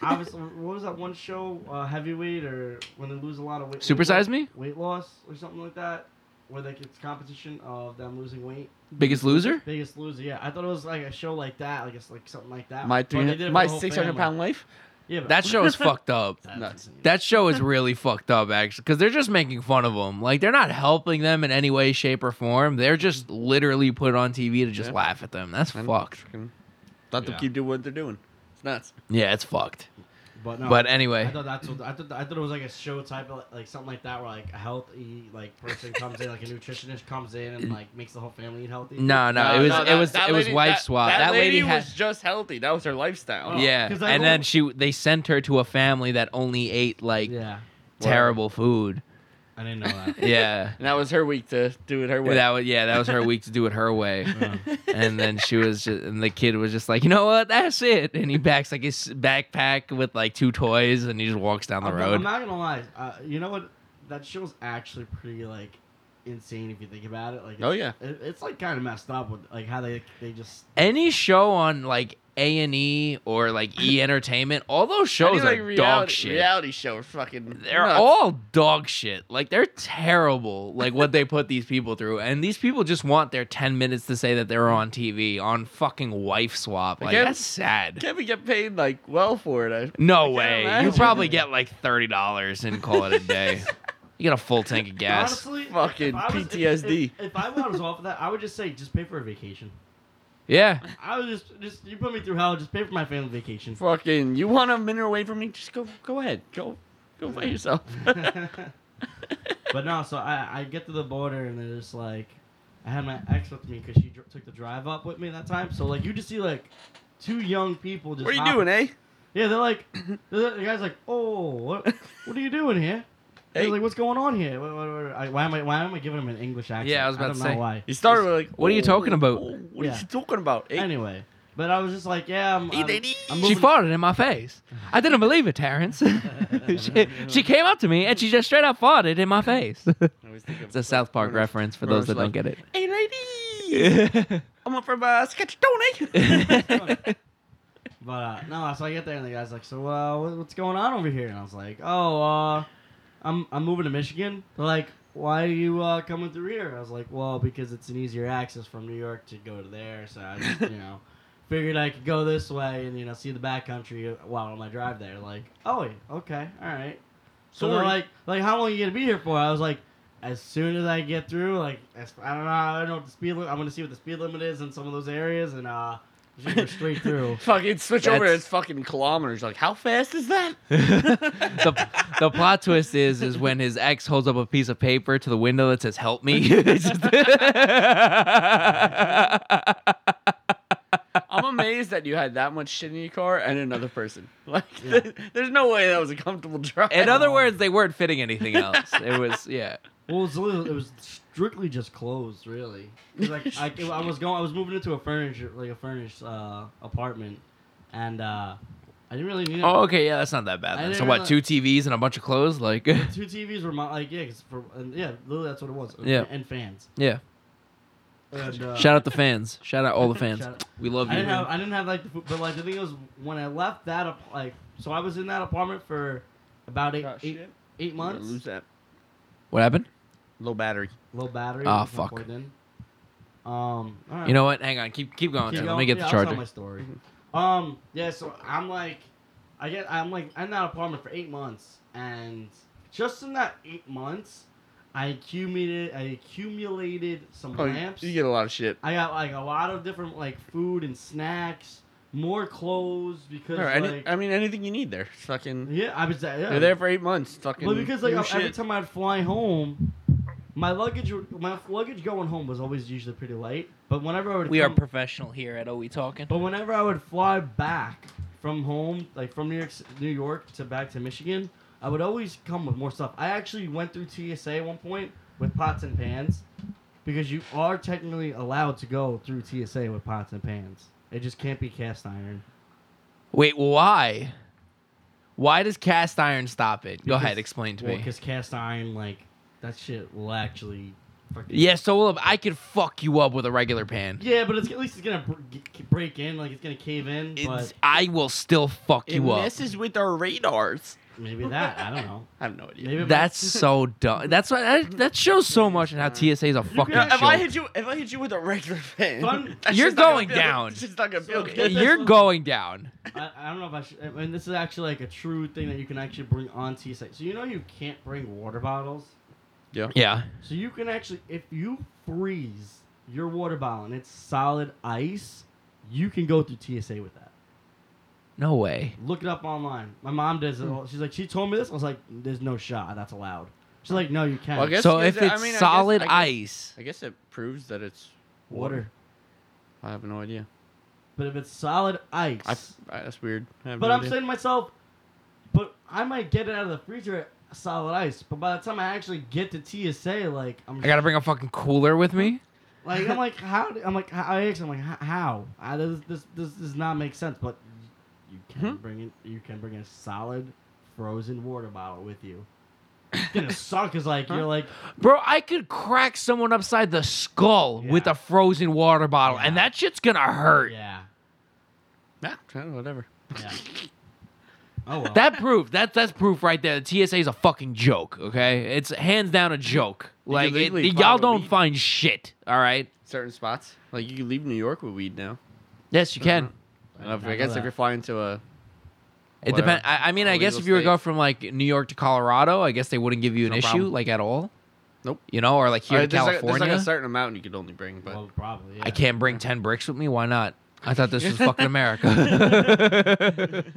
Speaker 4: Obviously, what was that one show? Uh, heavyweight or when they lose a lot of weight?
Speaker 3: Super
Speaker 4: weight
Speaker 3: Size
Speaker 4: loss-
Speaker 3: Me?
Speaker 4: Weight loss or something like that, where like it's competition of them losing weight.
Speaker 3: Biggest loser?
Speaker 4: Biggest loser. Yeah, I thought it was like a show like that, like it's like something like that.
Speaker 2: My
Speaker 4: But uh, they did it
Speaker 2: three,
Speaker 4: for
Speaker 2: my
Speaker 4: the whole
Speaker 2: six hundred
Speaker 4: family.
Speaker 2: pound life.
Speaker 4: Yeah, but
Speaker 3: That show is fucked up.
Speaker 4: that's
Speaker 2: nuts.
Speaker 4: insane.
Speaker 3: That show is really fucked up, actually, because they're just making fun of them. Like they're not helping them in any way, shape, or form. They're just literally put on TV to just
Speaker 2: Yeah.
Speaker 3: laugh at them. That's
Speaker 2: And
Speaker 3: fucked.
Speaker 2: fucking Let them
Speaker 4: Yeah.
Speaker 2: keep doing what they're doing. It's nuts.
Speaker 3: Yeah, it's fucked.
Speaker 4: but no,
Speaker 3: but
Speaker 4: I
Speaker 3: anyway,
Speaker 4: thought that's what, I thought I thought it was like a show type of like something like that where like a healthy like person comes in like a nutritionist comes in and like makes the whole family eat healthy.
Speaker 3: no, no, it was
Speaker 2: that-
Speaker 3: it was
Speaker 2: that
Speaker 3: it was
Speaker 2: lady-
Speaker 3: wife
Speaker 2: that-
Speaker 3: swap.
Speaker 2: That, lady,
Speaker 3: had
Speaker 2: was just healthy. That was her lifestyle.
Speaker 4: Oh,
Speaker 3: yeah,
Speaker 4: 'cause I
Speaker 3: and
Speaker 4: know-
Speaker 3: then she they sent her to a family that only ate like
Speaker 4: Yeah.
Speaker 3: terrible food.
Speaker 4: I didn't know that.
Speaker 3: Yeah.
Speaker 2: And that was her week to do it her way.
Speaker 3: That was yeah, that was her week to do it her way.
Speaker 4: Uh-huh.
Speaker 3: and then she was ju- and the kid was just like, "You know what? That's it." And he backs like his backpack with like two toys and he just walks down the
Speaker 4: I'm, not-
Speaker 3: road.
Speaker 4: I'm not gonna lie. Uh, you know what? That show's actually pretty like insane if you think about it. Like,
Speaker 2: Oh, yeah.
Speaker 4: it, it's like kind of messed up with like how they they just
Speaker 3: Any show on like A&E or like E Entertainment, all those shows
Speaker 2: Any,
Speaker 3: are
Speaker 2: like,
Speaker 3: dog
Speaker 2: reality,
Speaker 3: shit.
Speaker 2: Reality show, are fucking.
Speaker 3: They're
Speaker 2: nuts.
Speaker 3: all dog shit. Like they're terrible. Like what they put these people through, and these people just want their ten minutes to say that they're on TV on fucking wife swap. Like
Speaker 2: Again-
Speaker 3: that's sad.
Speaker 2: Can't we get paid like well for it? I-
Speaker 3: No
Speaker 2: can't
Speaker 3: way. You
Speaker 2: imagine.
Speaker 3: probably get like thirty dollars and call it a day. you get a full tank of gas.
Speaker 4: honestly if
Speaker 2: Fucking
Speaker 4: I was- if-
Speaker 2: PTSD.
Speaker 4: If, if I was off of that, I would just say just pay for a vacation.
Speaker 3: Yeah.
Speaker 4: I would just just you put me through hell. Just pay for my family vacation.
Speaker 2: Fucking, you want a minute away from me? Just go, go ahead, go, go by yourself.
Speaker 4: but no, so I, I get to the border and they're just like, I had my ex with me because she dr- took the drive up with me that time. So like you just see like two young people just.
Speaker 2: what are you
Speaker 4: hopping-
Speaker 2: doing, eh?
Speaker 4: Yeah, they're like, they're- the guy's like, oh, what, what are you doing here?
Speaker 2: Hey.
Speaker 4: He's like, what's going on here? What, what, what, I, why am I why am I giving him an English accent?
Speaker 3: Yeah, I was about
Speaker 4: don't
Speaker 3: to
Speaker 4: know
Speaker 3: say.
Speaker 4: why.
Speaker 2: You started with like,
Speaker 3: What are you
Speaker 2: "Oh,
Speaker 3: talking about?"
Speaker 2: oh, what are
Speaker 4: Yeah.
Speaker 2: you talking about? eh?
Speaker 4: Anyway, but I was just like, yeah, I'm.
Speaker 2: Hey,
Speaker 4: I'm,
Speaker 2: lady.
Speaker 4: I'm
Speaker 3: She
Speaker 4: moving-
Speaker 3: farted in my face. I didn't believe it, Terrence. she, she came up to me and she just straight up farted in my face.
Speaker 2: I always think of-
Speaker 3: it's a South Park
Speaker 2: Where it's-
Speaker 3: reference for
Speaker 2: where
Speaker 3: those that
Speaker 2: it's
Speaker 3: don't get it.
Speaker 2: Hey, lady, I'm up from uh, Sketchetone.
Speaker 4: But uh, no, so I get there and the guy's like, "So uh, what- what's going on over here?" And I was like, "Oh, uh, I'm I'm moving to Michigan." They're like, "Why are you uh, coming through here?" I was like, "Well, because it's an easier access from New York to go to there, so I just, you know." Figured I could go this way and you know see the back country while on my drive there. Like, oh, yeah, okay, all right. So they're
Speaker 2: Sorry.
Speaker 4: like, like how long are you gonna be here for? I was like, as soon as I get through, like as, I don't know, I don't know what the speed. Li- I'm gonna see what the speed limit is in some of those areas, and uh, just go straight through.
Speaker 2: fucking switch over.
Speaker 3: That's-
Speaker 2: It's fucking kilometers. Like, how fast is that?
Speaker 3: the, the plot twist is is when his ex holds up a piece of paper to the window that says "Help me." It's just-
Speaker 2: I'm amazed that you had that much shit in your car and another person. Like, there's no way that was a comfortable drive. Oh,
Speaker 3: In other words, they weren't fitting anything else. It was yeah.
Speaker 4: Well, it was, literally- it was strictly just clothes, really. 'Cause, Like I, I was going, I was moving into a furniture, like a furnished uh, apartment, and uh, I didn't really need.
Speaker 3: Oh, okay, yeah, that's not that bad.
Speaker 4: I
Speaker 3: Then. So
Speaker 4: didn't
Speaker 3: what? Two
Speaker 4: realize-
Speaker 3: TVs and a bunch of clothes, like
Speaker 4: Two TVs were my like yeah, 'cause for and, yeah, literally that's what it was.
Speaker 3: Yeah.
Speaker 4: and fans.
Speaker 3: yeah.
Speaker 4: And, uh,
Speaker 3: Shout out the fans. Shout out all the fans.
Speaker 4: Shout out.
Speaker 3: We love
Speaker 4: I
Speaker 3: you.
Speaker 4: didn't have I didn't have like the food, but like the thing was when I left that ap- like so I was in that apartment for about eight
Speaker 2: Oh,
Speaker 4: eight,
Speaker 2: shit.
Speaker 4: eight
Speaker 2: I'm gonna lose
Speaker 4: months.
Speaker 2: that
Speaker 3: What happened?
Speaker 2: low battery.
Speaker 4: Low battery.
Speaker 3: Ah,
Speaker 4: was not
Speaker 3: fuck.
Speaker 4: plugged in. Um, all right.
Speaker 3: You know what? Hang on. Keep keep going.
Speaker 4: Keep
Speaker 3: Tim. Let
Speaker 4: going.
Speaker 3: me get
Speaker 4: yeah,
Speaker 3: the
Speaker 4: I'll tell
Speaker 3: charger.
Speaker 4: my story. Um, yeah, so I'm like, I get, I'm like, in that apartment for eight months, and just in that eight months, I accumulated, I accumulated some
Speaker 2: Oh, you
Speaker 4: lamps.
Speaker 2: you get a lot of shit.
Speaker 4: I got like a lot of different like food and snacks, more clothes because
Speaker 2: All right, any-
Speaker 4: like,
Speaker 2: I mean, anything you need there. Fucking,
Speaker 4: yeah, I was yeah.
Speaker 2: you're there for eight months. Fucking,
Speaker 4: Well, because like
Speaker 2: new
Speaker 4: every
Speaker 2: shit.
Speaker 4: time I'd fly home, my luggage, would- my luggage going home was always usually pretty light. But whenever I would
Speaker 3: We are
Speaker 4: come,
Speaker 3: professional here at Oh We Talking.
Speaker 4: But whenever I would fly back from home, like from New York, New York to back to Michigan, I would always come with more stuff. I actually went through TSA at one point with pots and pans, because you are technically allowed to go through TSA with pots and pans. It just can't be cast iron.
Speaker 3: Wait, why? Why does cast iron stop it? Go ahead, explain to me.
Speaker 4: Because cast iron, like that shit, will actually. Fucking
Speaker 3: Yeah, so look, I could fuck you up with a regular pan.
Speaker 4: Yeah, but it's, at least it's gonna br- g- g- break in, like it's gonna cave in.
Speaker 3: It's-
Speaker 4: But
Speaker 3: I will still fuck
Speaker 2: it
Speaker 3: you up.
Speaker 2: messes with our radars.
Speaker 4: maybe that I don't know.
Speaker 2: I have no idea.
Speaker 4: Maybe it
Speaker 3: That's so dumb. That's why that, that shows so much on how TSA is a fucking
Speaker 4: Yeah,
Speaker 2: if I
Speaker 3: joke.
Speaker 2: hit you, if I hit you with a regular fan,
Speaker 4: Fun-
Speaker 2: that's
Speaker 3: You're
Speaker 2: just not gonna
Speaker 3: going
Speaker 2: feel good.
Speaker 3: down.
Speaker 2: It's just not gonna feel
Speaker 4: So-
Speaker 2: good.
Speaker 3: You're going down.
Speaker 4: I, I don't know if I should. I mean, this is actually like a true thing that you can actually bring on TSA. So you know you can't bring water bottles.
Speaker 3: Yeah.
Speaker 4: So you can actually, if you freeze your water bottle and it's solid ice, you can go through TSA with that.
Speaker 3: No way.
Speaker 4: Look it up online. My mom does it. All. She's like, she told me this. I was like, there's no shot. That's allowed. She's like, no, you can't.
Speaker 2: Well, I guess
Speaker 3: So
Speaker 2: you
Speaker 3: if
Speaker 2: said- I
Speaker 3: it's
Speaker 2: mean, I guess-
Speaker 3: solid
Speaker 2: I guess-
Speaker 3: ice,
Speaker 2: I guess it proves that it's
Speaker 4: water.
Speaker 2: I have no idea.
Speaker 4: But if it's solid ice,
Speaker 2: I, I- that's weird. I have
Speaker 4: but
Speaker 2: no
Speaker 4: I'm
Speaker 2: idea.
Speaker 4: saying to myself, but I might get it out of the freezer solid ice. But by the time I actually get to TSA, like I'm,
Speaker 3: I gotta bring a fucking cooler with me.
Speaker 4: like I'm like how do- I'm like how- I asked him like "H- how I, this, this this does not make sense. But you can
Speaker 3: Hmm?
Speaker 4: bring in you can bring a solid frozen water bottle with you. It's gonna suck. Is like you're like
Speaker 3: Bro, I could crack someone upside the skull with
Speaker 4: Yeah.
Speaker 3: a frozen water bottle, and
Speaker 4: Yeah.
Speaker 3: that shit's gonna hurt.
Speaker 4: yeah
Speaker 2: Nah, whatever.
Speaker 4: yeah. Oh well.
Speaker 3: That proof, that that's proof right there. The TSA is a fucking joke, okay? It's hands down a joke. Like it,
Speaker 2: legally follow
Speaker 3: y'all don't
Speaker 2: the-
Speaker 3: find shit, all right?
Speaker 2: Certain spots, like you can leave New York with weed now.
Speaker 3: Yes, you can.
Speaker 4: I
Speaker 2: I, don't know,
Speaker 4: know
Speaker 2: I guess
Speaker 4: that.
Speaker 2: if you're flying to uh, a
Speaker 3: It
Speaker 2: Whatever.
Speaker 3: depends. I, I mean, I
Speaker 2: A
Speaker 3: guess
Speaker 2: legal
Speaker 3: if you were to go
Speaker 2: state.
Speaker 3: from like New York to Colorado, I guess they wouldn't give you an
Speaker 2: No
Speaker 3: issue
Speaker 2: problem.
Speaker 3: like at all.
Speaker 2: Nope.
Speaker 3: You know, or like here
Speaker 2: Uh,
Speaker 3: in
Speaker 2: there's like-
Speaker 3: California,
Speaker 2: there's like a certain amount you could only bring, but
Speaker 4: well, probably. Yeah.
Speaker 3: I can't bring ten bricks with me. Why not? I thought this was fucking America.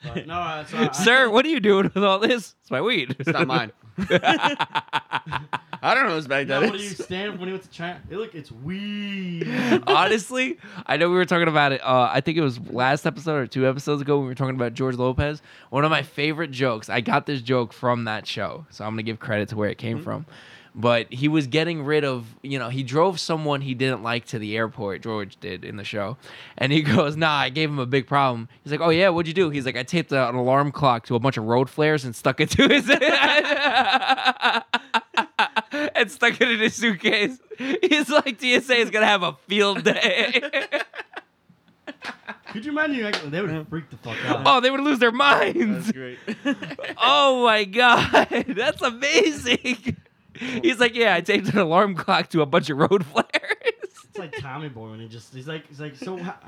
Speaker 4: But, no, uh, so I,
Speaker 3: Sir, what are you doing with all this? It's my weed.
Speaker 2: it's not mine. I don't know whose bag
Speaker 4: No,
Speaker 2: that
Speaker 4: what do you
Speaker 2: is.
Speaker 4: stand when you went to China? Hey, look, it's weed.
Speaker 3: Honestly, I know we were talking about it. Uh, I think it was last episode or two episodes ago. We were talking about George Lopez. One of my favorite jokes. I got this joke from that show, so I'm gonna give credit to where it came from. But he was getting rid of, you know, he drove someone he didn't like to the airport. George did in the show, and he goes, "Nah, I gave him a big problem." He's like, "Oh yeah, what'd you do?" He's like, "I taped an alarm clock to a bunch of road flares and stuck it to his." and stuck it in his suitcase. He's like, TSA is gonna have a field day.
Speaker 4: Could you imagine? Like, they would freak the fuck out.
Speaker 3: oh, they would lose their minds.
Speaker 2: great.
Speaker 3: Oh my god, that's amazing. He's like, yeah, I taped an alarm clock to a bunch of road flares.
Speaker 4: It's like Tommy Boy when he just he's like he's like so. Ha-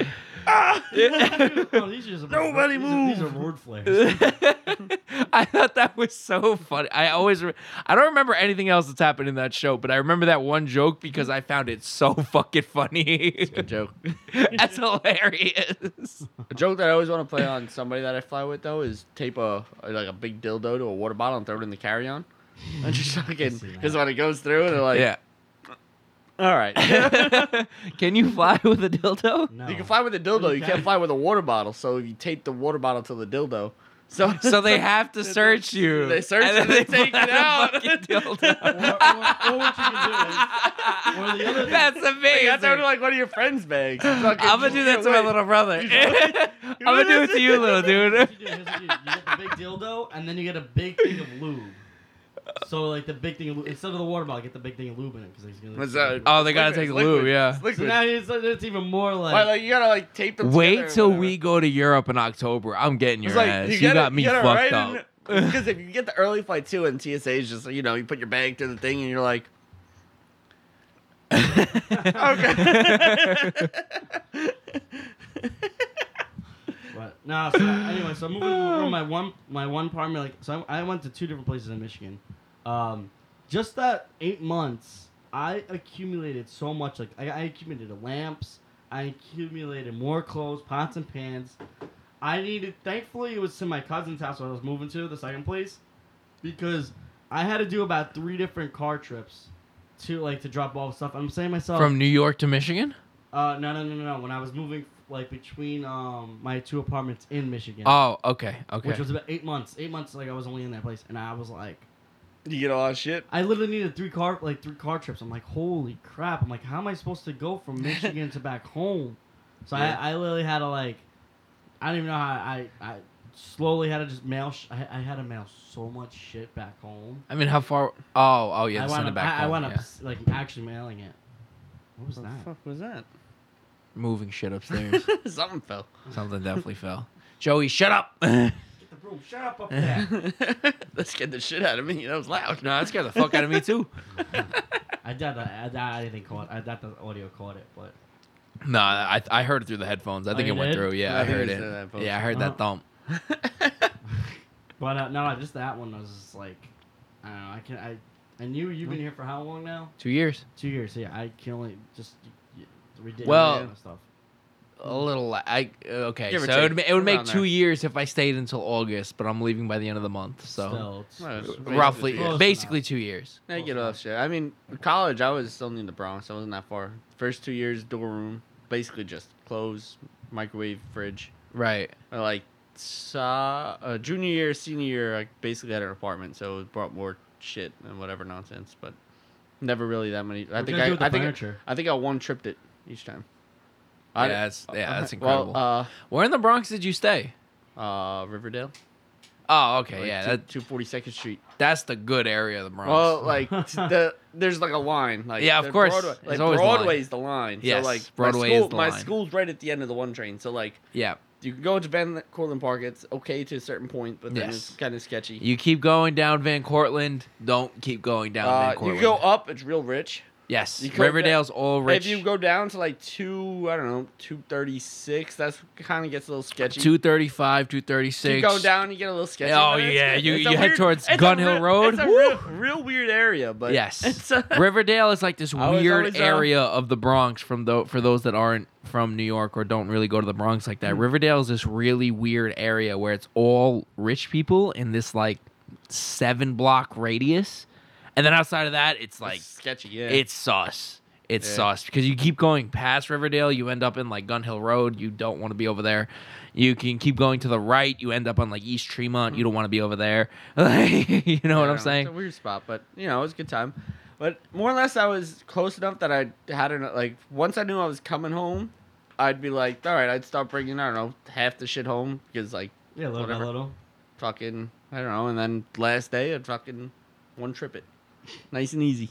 Speaker 3: Yeah.
Speaker 4: oh, these are just
Speaker 2: Nobody
Speaker 4: these are- These are road flares.
Speaker 3: I thought that was so funny. I always, re- I don't remember anything else that's happened in that show, but I remember that one joke because I found it so fucking funny.
Speaker 2: a joke.
Speaker 3: that's hilarious.
Speaker 2: A joke that I always want to play on somebody that I fly with though is tape a like a big dildo to a water bottle and throw it in the carry on. And just fucking
Speaker 4: see that.
Speaker 2: because when it goes through, they're like,
Speaker 3: yeah.
Speaker 2: all right.
Speaker 3: Can you fly with a dildo?
Speaker 4: No.
Speaker 2: You can fly with a dildo. You
Speaker 4: Okay.
Speaker 2: can't fly with a water bottle. So you tape the water bottle to the dildo. So
Speaker 3: So they have to search you.
Speaker 2: They search
Speaker 3: and then
Speaker 2: and they take
Speaker 3: put
Speaker 2: it
Speaker 3: a
Speaker 2: out.
Speaker 3: fucking
Speaker 4: Or, or, or
Speaker 3: dildo.
Speaker 4: what you can Or the other-
Speaker 3: That's amazing.
Speaker 2: That's out of like one of your friends' bags.
Speaker 3: I'm gonna do that to my little brother. I'm gonna do it to you, little
Speaker 4: do
Speaker 3: dude.
Speaker 4: is here's what you, do. you get the big dildo and then you get a big thing of lube. So like the big thing of lube, instead of the water bottle, get the big thing of lube in it because he's gonna.
Speaker 2: What's that?
Speaker 3: Oh, they gotta
Speaker 2: Liquid,
Speaker 3: take the
Speaker 2: it's liquid,
Speaker 3: lube, yeah.
Speaker 2: it's liquid.
Speaker 4: So now it's, it's even more like.
Speaker 2: Why, like you gotta like tape them.
Speaker 3: Wait
Speaker 2: together or
Speaker 3: till
Speaker 2: whatever.
Speaker 3: we go to Europe in October. I'm getting your
Speaker 2: It's like,
Speaker 3: ass.
Speaker 2: you
Speaker 3: You,
Speaker 2: gotta-
Speaker 3: got me
Speaker 2: you gotta
Speaker 3: fucked
Speaker 2: right in-
Speaker 3: up.
Speaker 2: Because if you get the early flight too, and TSA is just you know you put your bag through the thing and you're like, okay.
Speaker 4: But no, so anyway, so moving from my one my one partner, like so I, I went to two different places in Michigan. Um, just that eight months, I accumulated so much. Like I, I accumulated lamps, I accumulated more clothes, pots and pans. I needed. Thankfully, it was to my cousin's house where I was moving to the second place, because I had to do about three different car trips, to like to drop off stuff. I'm saying to myself
Speaker 3: From New York to Michigan?
Speaker 4: uh no no no no when I was moving like between um my two apartments in Michigan
Speaker 3: Oh, okay, okay.
Speaker 4: which was about eight months. Eight months, like I was only in that place, and I was like,
Speaker 2: you get all that shit.
Speaker 4: I literally needed three car, like three car trips. I'm like, holy crap! I'm like, how am I supposed to go from Michigan to back home? So
Speaker 2: Yeah.
Speaker 4: I, I literally had to like, I don't even know how I, I slowly had to just mail. Sh- I, I had to mail so much shit back home.
Speaker 3: I mean, how far? Oh, oh yeah.
Speaker 4: I
Speaker 3: to
Speaker 4: wound
Speaker 3: Send
Speaker 4: up,
Speaker 3: it back.
Speaker 4: I, I
Speaker 3: home,
Speaker 4: wound up
Speaker 3: yeah.
Speaker 4: s- like actually mailing it. What was
Speaker 2: What the
Speaker 4: that?
Speaker 2: fuck was that?
Speaker 3: moving shit upstairs.
Speaker 2: Something fell.
Speaker 3: Something definitely fell. Joey, shut up. no,
Speaker 4: Get the broom. Shut up up there.
Speaker 2: that scared the shit out of me. That was loud.
Speaker 3: that scared the fuck out of me too.
Speaker 4: I doubt that. I, doubt I didn't call it. I doubt the audio caught it, but
Speaker 3: No, I I heard it through the headphones. I
Speaker 4: Oh,
Speaker 3: think
Speaker 4: you
Speaker 3: it went
Speaker 4: did?
Speaker 3: through. Yeah,
Speaker 2: Yeah,
Speaker 3: I
Speaker 2: I think it
Speaker 3: heard
Speaker 2: was through the
Speaker 3: it.
Speaker 2: headphones.
Speaker 3: Yeah, I heard that
Speaker 4: Oh.
Speaker 3: thump.
Speaker 4: But uh, no, just that one was just like, I don't know. I can I, I knew you've been here for how long now?
Speaker 3: Two years,
Speaker 4: Mm-hmm. Two years. Yeah, I can only just y- y- ridiculous
Speaker 3: Well-
Speaker 4: amount of stuff.
Speaker 3: a little. la- I okay.
Speaker 2: Give or
Speaker 3: so it would, ma-
Speaker 2: take.
Speaker 3: it would make
Speaker 2: Around
Speaker 3: two
Speaker 2: there.
Speaker 3: years if I stayed until August, but I'm leaving by the end of the month. So
Speaker 4: Still, it's-
Speaker 2: Well, it's-
Speaker 4: it's-
Speaker 3: roughly,
Speaker 4: Close
Speaker 3: basically
Speaker 4: enough.
Speaker 3: two years.
Speaker 2: I get off shit. I mean, college, I was still in the Bronx. I wasn't that far. First two years, dorm room, basically just clothes, microwave, fridge.
Speaker 3: Right.
Speaker 2: Or like saw uh, junior year, senior year, I basically had an apartment, so it brought more shit and whatever nonsense, but never really that many. I
Speaker 4: What
Speaker 2: think
Speaker 4: did I do
Speaker 2: I,
Speaker 4: with the
Speaker 2: I think
Speaker 4: furniture?
Speaker 2: I think I one tripped it each time.
Speaker 3: Yeah, that's, yeah, that's incredible.
Speaker 2: Well,
Speaker 3: uh, Where in the Bronx did you stay?
Speaker 2: uh, uh, Riverdale.
Speaker 3: Oh, okay, yeah, that,
Speaker 2: two forty second Street.
Speaker 3: that's the good area of the Bronx.
Speaker 2: Well, like the there's like a line. Like
Speaker 3: Yeah, of
Speaker 2: the
Speaker 3: course.
Speaker 2: Broadway,
Speaker 3: There's
Speaker 2: like
Speaker 3: always a line.
Speaker 2: Broadway's the line.
Speaker 3: Yes,
Speaker 2: so like
Speaker 3: Broadway
Speaker 2: my
Speaker 3: is
Speaker 2: school,
Speaker 3: the
Speaker 2: my
Speaker 3: line.
Speaker 2: school's right at the end of the one train. So like
Speaker 3: yeah,
Speaker 2: you can go to Van Cortlandt Park. It's okay to a certain point, but then
Speaker 3: Yes.
Speaker 2: it's kind of sketchy.
Speaker 3: you keep going down Van Cortlandt. Don't keep going down
Speaker 2: Uh,
Speaker 3: Van
Speaker 2: you
Speaker 3: Cortlandt.
Speaker 2: go up, it's real rich.
Speaker 3: yes,
Speaker 2: you go
Speaker 3: Riverdale's all rich.
Speaker 2: If you go down to like two, I don't know, two thirty six, that's kind of gets a little sketchy.
Speaker 3: two thirty five, two thirty
Speaker 2: If you
Speaker 3: six.
Speaker 2: go down, you get a little sketchy.
Speaker 3: Oh,
Speaker 2: but it's
Speaker 3: yeah,
Speaker 2: good.
Speaker 3: you-
Speaker 2: It's a
Speaker 3: you head
Speaker 2: weird-
Speaker 3: towards
Speaker 2: it's a
Speaker 3: Gun Hill
Speaker 2: real-
Speaker 3: Road.
Speaker 2: It's a
Speaker 3: Woo!
Speaker 2: real, real weird area, but
Speaker 3: Yes,
Speaker 2: it's a,
Speaker 3: Riverdale is like this
Speaker 2: I was
Speaker 3: weird
Speaker 2: always, uh,
Speaker 3: area of the Bronx. From though, for those that aren't from New York or don't really go to the Bronx like
Speaker 2: Mm.
Speaker 3: that, Riverdale is this really weird area where it's all rich people in this like seven block radius, and then outside of that, it's like
Speaker 2: it's sketchy. Yeah,
Speaker 3: it's sauce. It's
Speaker 2: Yeah.
Speaker 3: sauce because you keep going past Riverdale, you end up in like Gun Hill Road. You don't want to be over there. You can keep going to the right, you end up on like East Tremont. You don't want to be over there. you know what
Speaker 2: Yeah,
Speaker 3: I'm saying?
Speaker 2: It's a weird spot, but you know, it was a good time. But more or less, I was close enough that I had an like. Once I knew I was coming home, I'd be like, all right, I'd start bringing I don't know half the shit home because like
Speaker 4: Yeah, little by
Speaker 2: Whatever.
Speaker 4: little.
Speaker 2: fucking I don't know. And then last day, I'd fucking one trip it, nice and easy.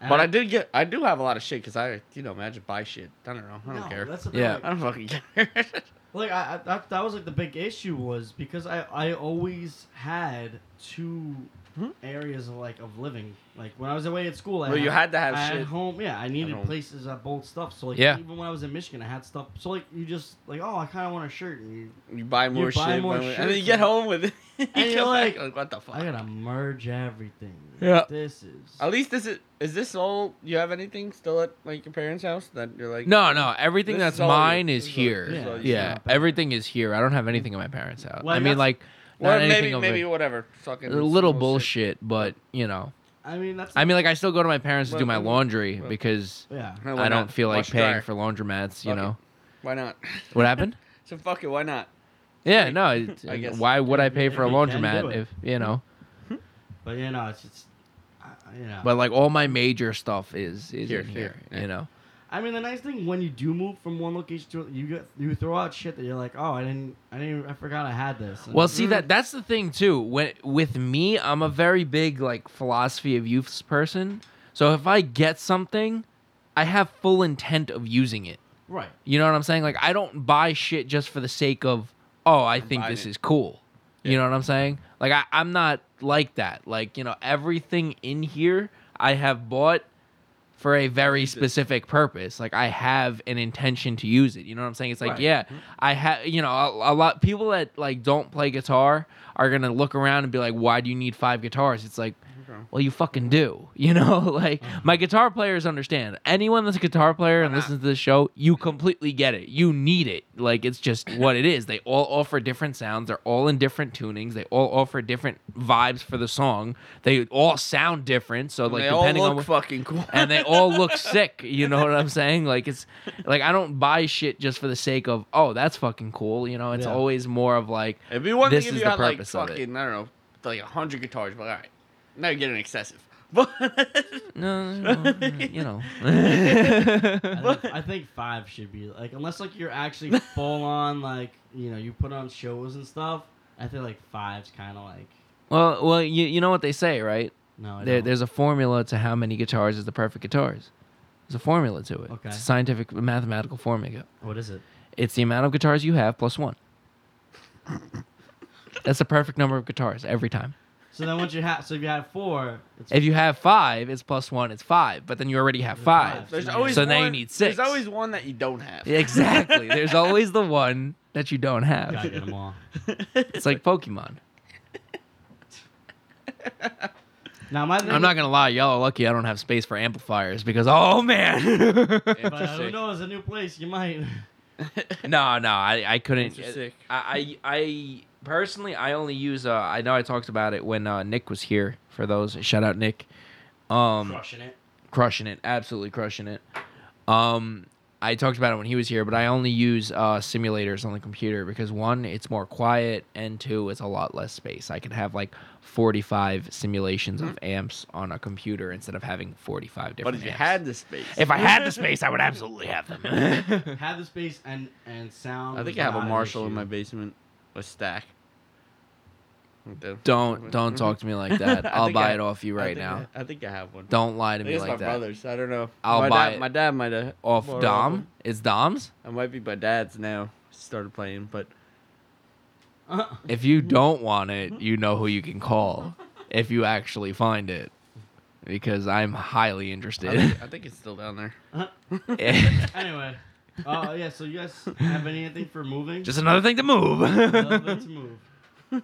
Speaker 4: And
Speaker 2: But I did get, I do have a lot of shit because I, you know, imagine buy shit. I don't know. I don't
Speaker 4: no,
Speaker 2: care.
Speaker 4: That's the thing,
Speaker 3: Yeah.
Speaker 4: like-
Speaker 2: I don't fucking care.
Speaker 4: Like I, I that, that was like the big issue was because I I always had two
Speaker 3: Hmm?
Speaker 2: Mhm.
Speaker 4: areas of like of living. Like when I was away at school, I
Speaker 2: well, you had to have
Speaker 4: I had
Speaker 2: shit.
Speaker 4: home. Yeah, I needed
Speaker 2: home.
Speaker 4: places that both stuff. So like
Speaker 3: Yeah.
Speaker 4: even when I was in Michigan, I had stuff. So like you just like oh I kind of want a shirt and you,
Speaker 2: You buy more
Speaker 4: buy
Speaker 2: shit,
Speaker 4: more
Speaker 2: buy more- and then you
Speaker 4: shirts
Speaker 2: get
Speaker 4: and-
Speaker 2: home with it. you
Speaker 4: And you're
Speaker 2: come back,
Speaker 4: like,
Speaker 2: what the fuck?
Speaker 4: I gotta merge everything.
Speaker 3: Yeah.
Speaker 4: this is
Speaker 2: At least this is is this all you have anything still at like your parents' house that you're like
Speaker 3: No, no. Everything
Speaker 2: This
Speaker 3: that's
Speaker 2: is all you-
Speaker 3: mine
Speaker 2: this
Speaker 3: is
Speaker 2: is all you-
Speaker 3: here.
Speaker 2: this is all
Speaker 3: Yeah,
Speaker 2: you
Speaker 4: have.
Speaker 3: everything is here. I don't have anything in my parents' house.
Speaker 4: Well,
Speaker 3: I mean,
Speaker 4: that's-
Speaker 3: like,
Speaker 2: or
Speaker 3: not anything
Speaker 2: maybe
Speaker 3: of
Speaker 2: maybe
Speaker 3: it.
Speaker 2: whatever fucking
Speaker 3: A
Speaker 2: small
Speaker 3: little
Speaker 2: shit.
Speaker 3: bullshit, but you know,
Speaker 4: I mean that's
Speaker 3: I mean, like, I still go to my parents to
Speaker 2: Well,
Speaker 3: do my
Speaker 2: then-
Speaker 3: laundry
Speaker 2: well.
Speaker 3: because
Speaker 4: yeah
Speaker 2: Why
Speaker 3: I don't
Speaker 2: not?
Speaker 3: feel like
Speaker 2: Wash and dry.
Speaker 3: paying for laundromats. You
Speaker 2: Fuck it.
Speaker 3: know
Speaker 2: Why not?
Speaker 3: what happened?
Speaker 2: So fuck it. Why not?
Speaker 3: Yeah, no. It's,
Speaker 2: I guess-
Speaker 3: why would I pay
Speaker 4: if
Speaker 3: for a
Speaker 4: you can do
Speaker 3: laundromat
Speaker 4: it.
Speaker 3: if you know?
Speaker 4: but you know it's just I, I- you know
Speaker 3: But like all my major stuff is is
Speaker 2: Here,
Speaker 3: in here.
Speaker 2: here, yeah.
Speaker 3: You know.
Speaker 4: I mean, the nice thing when you do move from one location to you get you throw out shit that you're like, oh, I didn't, I didn't, I forgot I had this. And-
Speaker 3: Well, see that that's the thing too. When with me, I'm a very big like philosophy of use person. So if I get something, I have full intent of using it.
Speaker 4: right?
Speaker 3: You know what I'm saying? Like I don't buy shit just for the sake of oh I think
Speaker 2: buying
Speaker 3: this
Speaker 2: it.
Speaker 3: is cool. You know what I'm saying? Like I, I'm not like that. Like you know everything in here I have bought for a very
Speaker 2: Use it.
Speaker 3: specific purpose. Like I have an intention to use it. You know what I'm saying? It's like
Speaker 4: Right.
Speaker 2: Mm-hmm.
Speaker 3: yeah I have you know a, a lot people that like don't play guitar are gonna look around and be like why do you need five guitars? It's like
Speaker 2: Okay.
Speaker 3: well, you fucking do. You know, like
Speaker 2: Mm-hmm.
Speaker 3: my guitar players understand. Anyone that's a guitar player and listens to this show, you completely get it. You need it. Like it's just what it is. They all offer different sounds. They're all in different tunings. They all offer different vibes for the song. They all sound different. So like
Speaker 2: they all
Speaker 3: depending
Speaker 2: look
Speaker 3: on what,
Speaker 2: fucking cool.
Speaker 3: and they all look sick. You know what I'm saying? Like it's like I don't buy shit just for the sake of oh that's fucking cool. You know, it's
Speaker 4: Yeah.
Speaker 3: always more of like
Speaker 2: It'd be one
Speaker 3: This
Speaker 2: thing
Speaker 3: is
Speaker 2: if you
Speaker 3: the
Speaker 2: had like
Speaker 3: purpose of it.
Speaker 2: fucking I don't know like a hundred guitars, but all right, now you're getting excessive. But
Speaker 3: no, no, no, you know.
Speaker 4: I think, I think five should be like, unless like you're actually full on like, you know, you put on shows and stuff. I feel like five's kind of like
Speaker 3: Well, well, you you know what they say, right?
Speaker 4: no. I
Speaker 3: There,
Speaker 4: don't.
Speaker 3: there's a formula to how many guitars is the perfect guitars. There's a formula to it.
Speaker 4: Okay.
Speaker 3: It's a scientific mathematical formula.
Speaker 4: what is it?
Speaker 3: It's the amount of guitars you have plus one. That's the perfect number of guitars every time.
Speaker 4: So then once you have, so if you had four, it's
Speaker 3: If you have five, it's plus one, it's five. But then you already have
Speaker 4: There's
Speaker 3: five.
Speaker 4: five.
Speaker 2: there's
Speaker 4: So
Speaker 2: always
Speaker 3: now
Speaker 2: one,
Speaker 3: you need six.
Speaker 2: There's always one that you don't have.
Speaker 3: Exactly. There's always the one that you don't
Speaker 4: you gotta get
Speaker 3: have.
Speaker 4: 'em all.
Speaker 3: It's like Pokemon.
Speaker 4: Now my thing,
Speaker 3: I'm not gonna lie, y'all are lucky I don't have space for amplifiers because oh man.
Speaker 4: But uh, who knows? A new place, you might.
Speaker 3: No, no, I, I couldn't. uh,
Speaker 2: Those are sick.
Speaker 3: I, I, I personally, I only use. Uh, I know I talked about it when uh, Nick was here. For those, shout out Nick. Um,
Speaker 4: Crushing it.
Speaker 3: crushing it, absolutely crushing it. Um, I talked about it when he was here, but I only use uh, simulators on the computer because one, it's more quiet, and two, it's a lot less space. I can have like 45 simulations
Speaker 2: Mm-hmm.
Speaker 3: of amps on a computer instead of having 45 different.
Speaker 2: But if you
Speaker 3: amps.
Speaker 2: had the space,
Speaker 3: if I had the space, I would absolutely have them.
Speaker 4: Had the space and and sound.
Speaker 2: I think
Speaker 4: was
Speaker 2: I have a
Speaker 4: not an
Speaker 2: Marshall in
Speaker 4: issue.
Speaker 2: my basement, a stack.
Speaker 3: don't don't talk to me like that.
Speaker 2: Mm-hmm. I
Speaker 3: I'll
Speaker 2: think
Speaker 3: buy
Speaker 2: I-
Speaker 3: it off you
Speaker 2: I
Speaker 3: right
Speaker 2: think
Speaker 3: now.
Speaker 2: I, I think I have one.
Speaker 3: Don't lie
Speaker 2: I
Speaker 3: to
Speaker 2: think
Speaker 3: me
Speaker 2: it's
Speaker 3: like
Speaker 2: my
Speaker 3: that.
Speaker 2: brother's. I don't know.
Speaker 3: I'll
Speaker 2: my
Speaker 3: buy
Speaker 2: dad,
Speaker 3: it.
Speaker 2: My dad might have
Speaker 3: Off
Speaker 2: borrowed
Speaker 3: Dom,
Speaker 2: one.
Speaker 3: it's Dom's.
Speaker 2: It might be my dad's now. Started playing, but
Speaker 4: Uh,
Speaker 3: If you don't want it, you know who you can call if you actually find it. Because I'm highly
Speaker 2: I
Speaker 3: interested. Eh,
Speaker 2: think, I think it's still down there.
Speaker 4: anyway, uh, yeah. So you guys have anything for moving?
Speaker 3: Just another thing to move.
Speaker 4: Nothing to move.
Speaker 2: I'm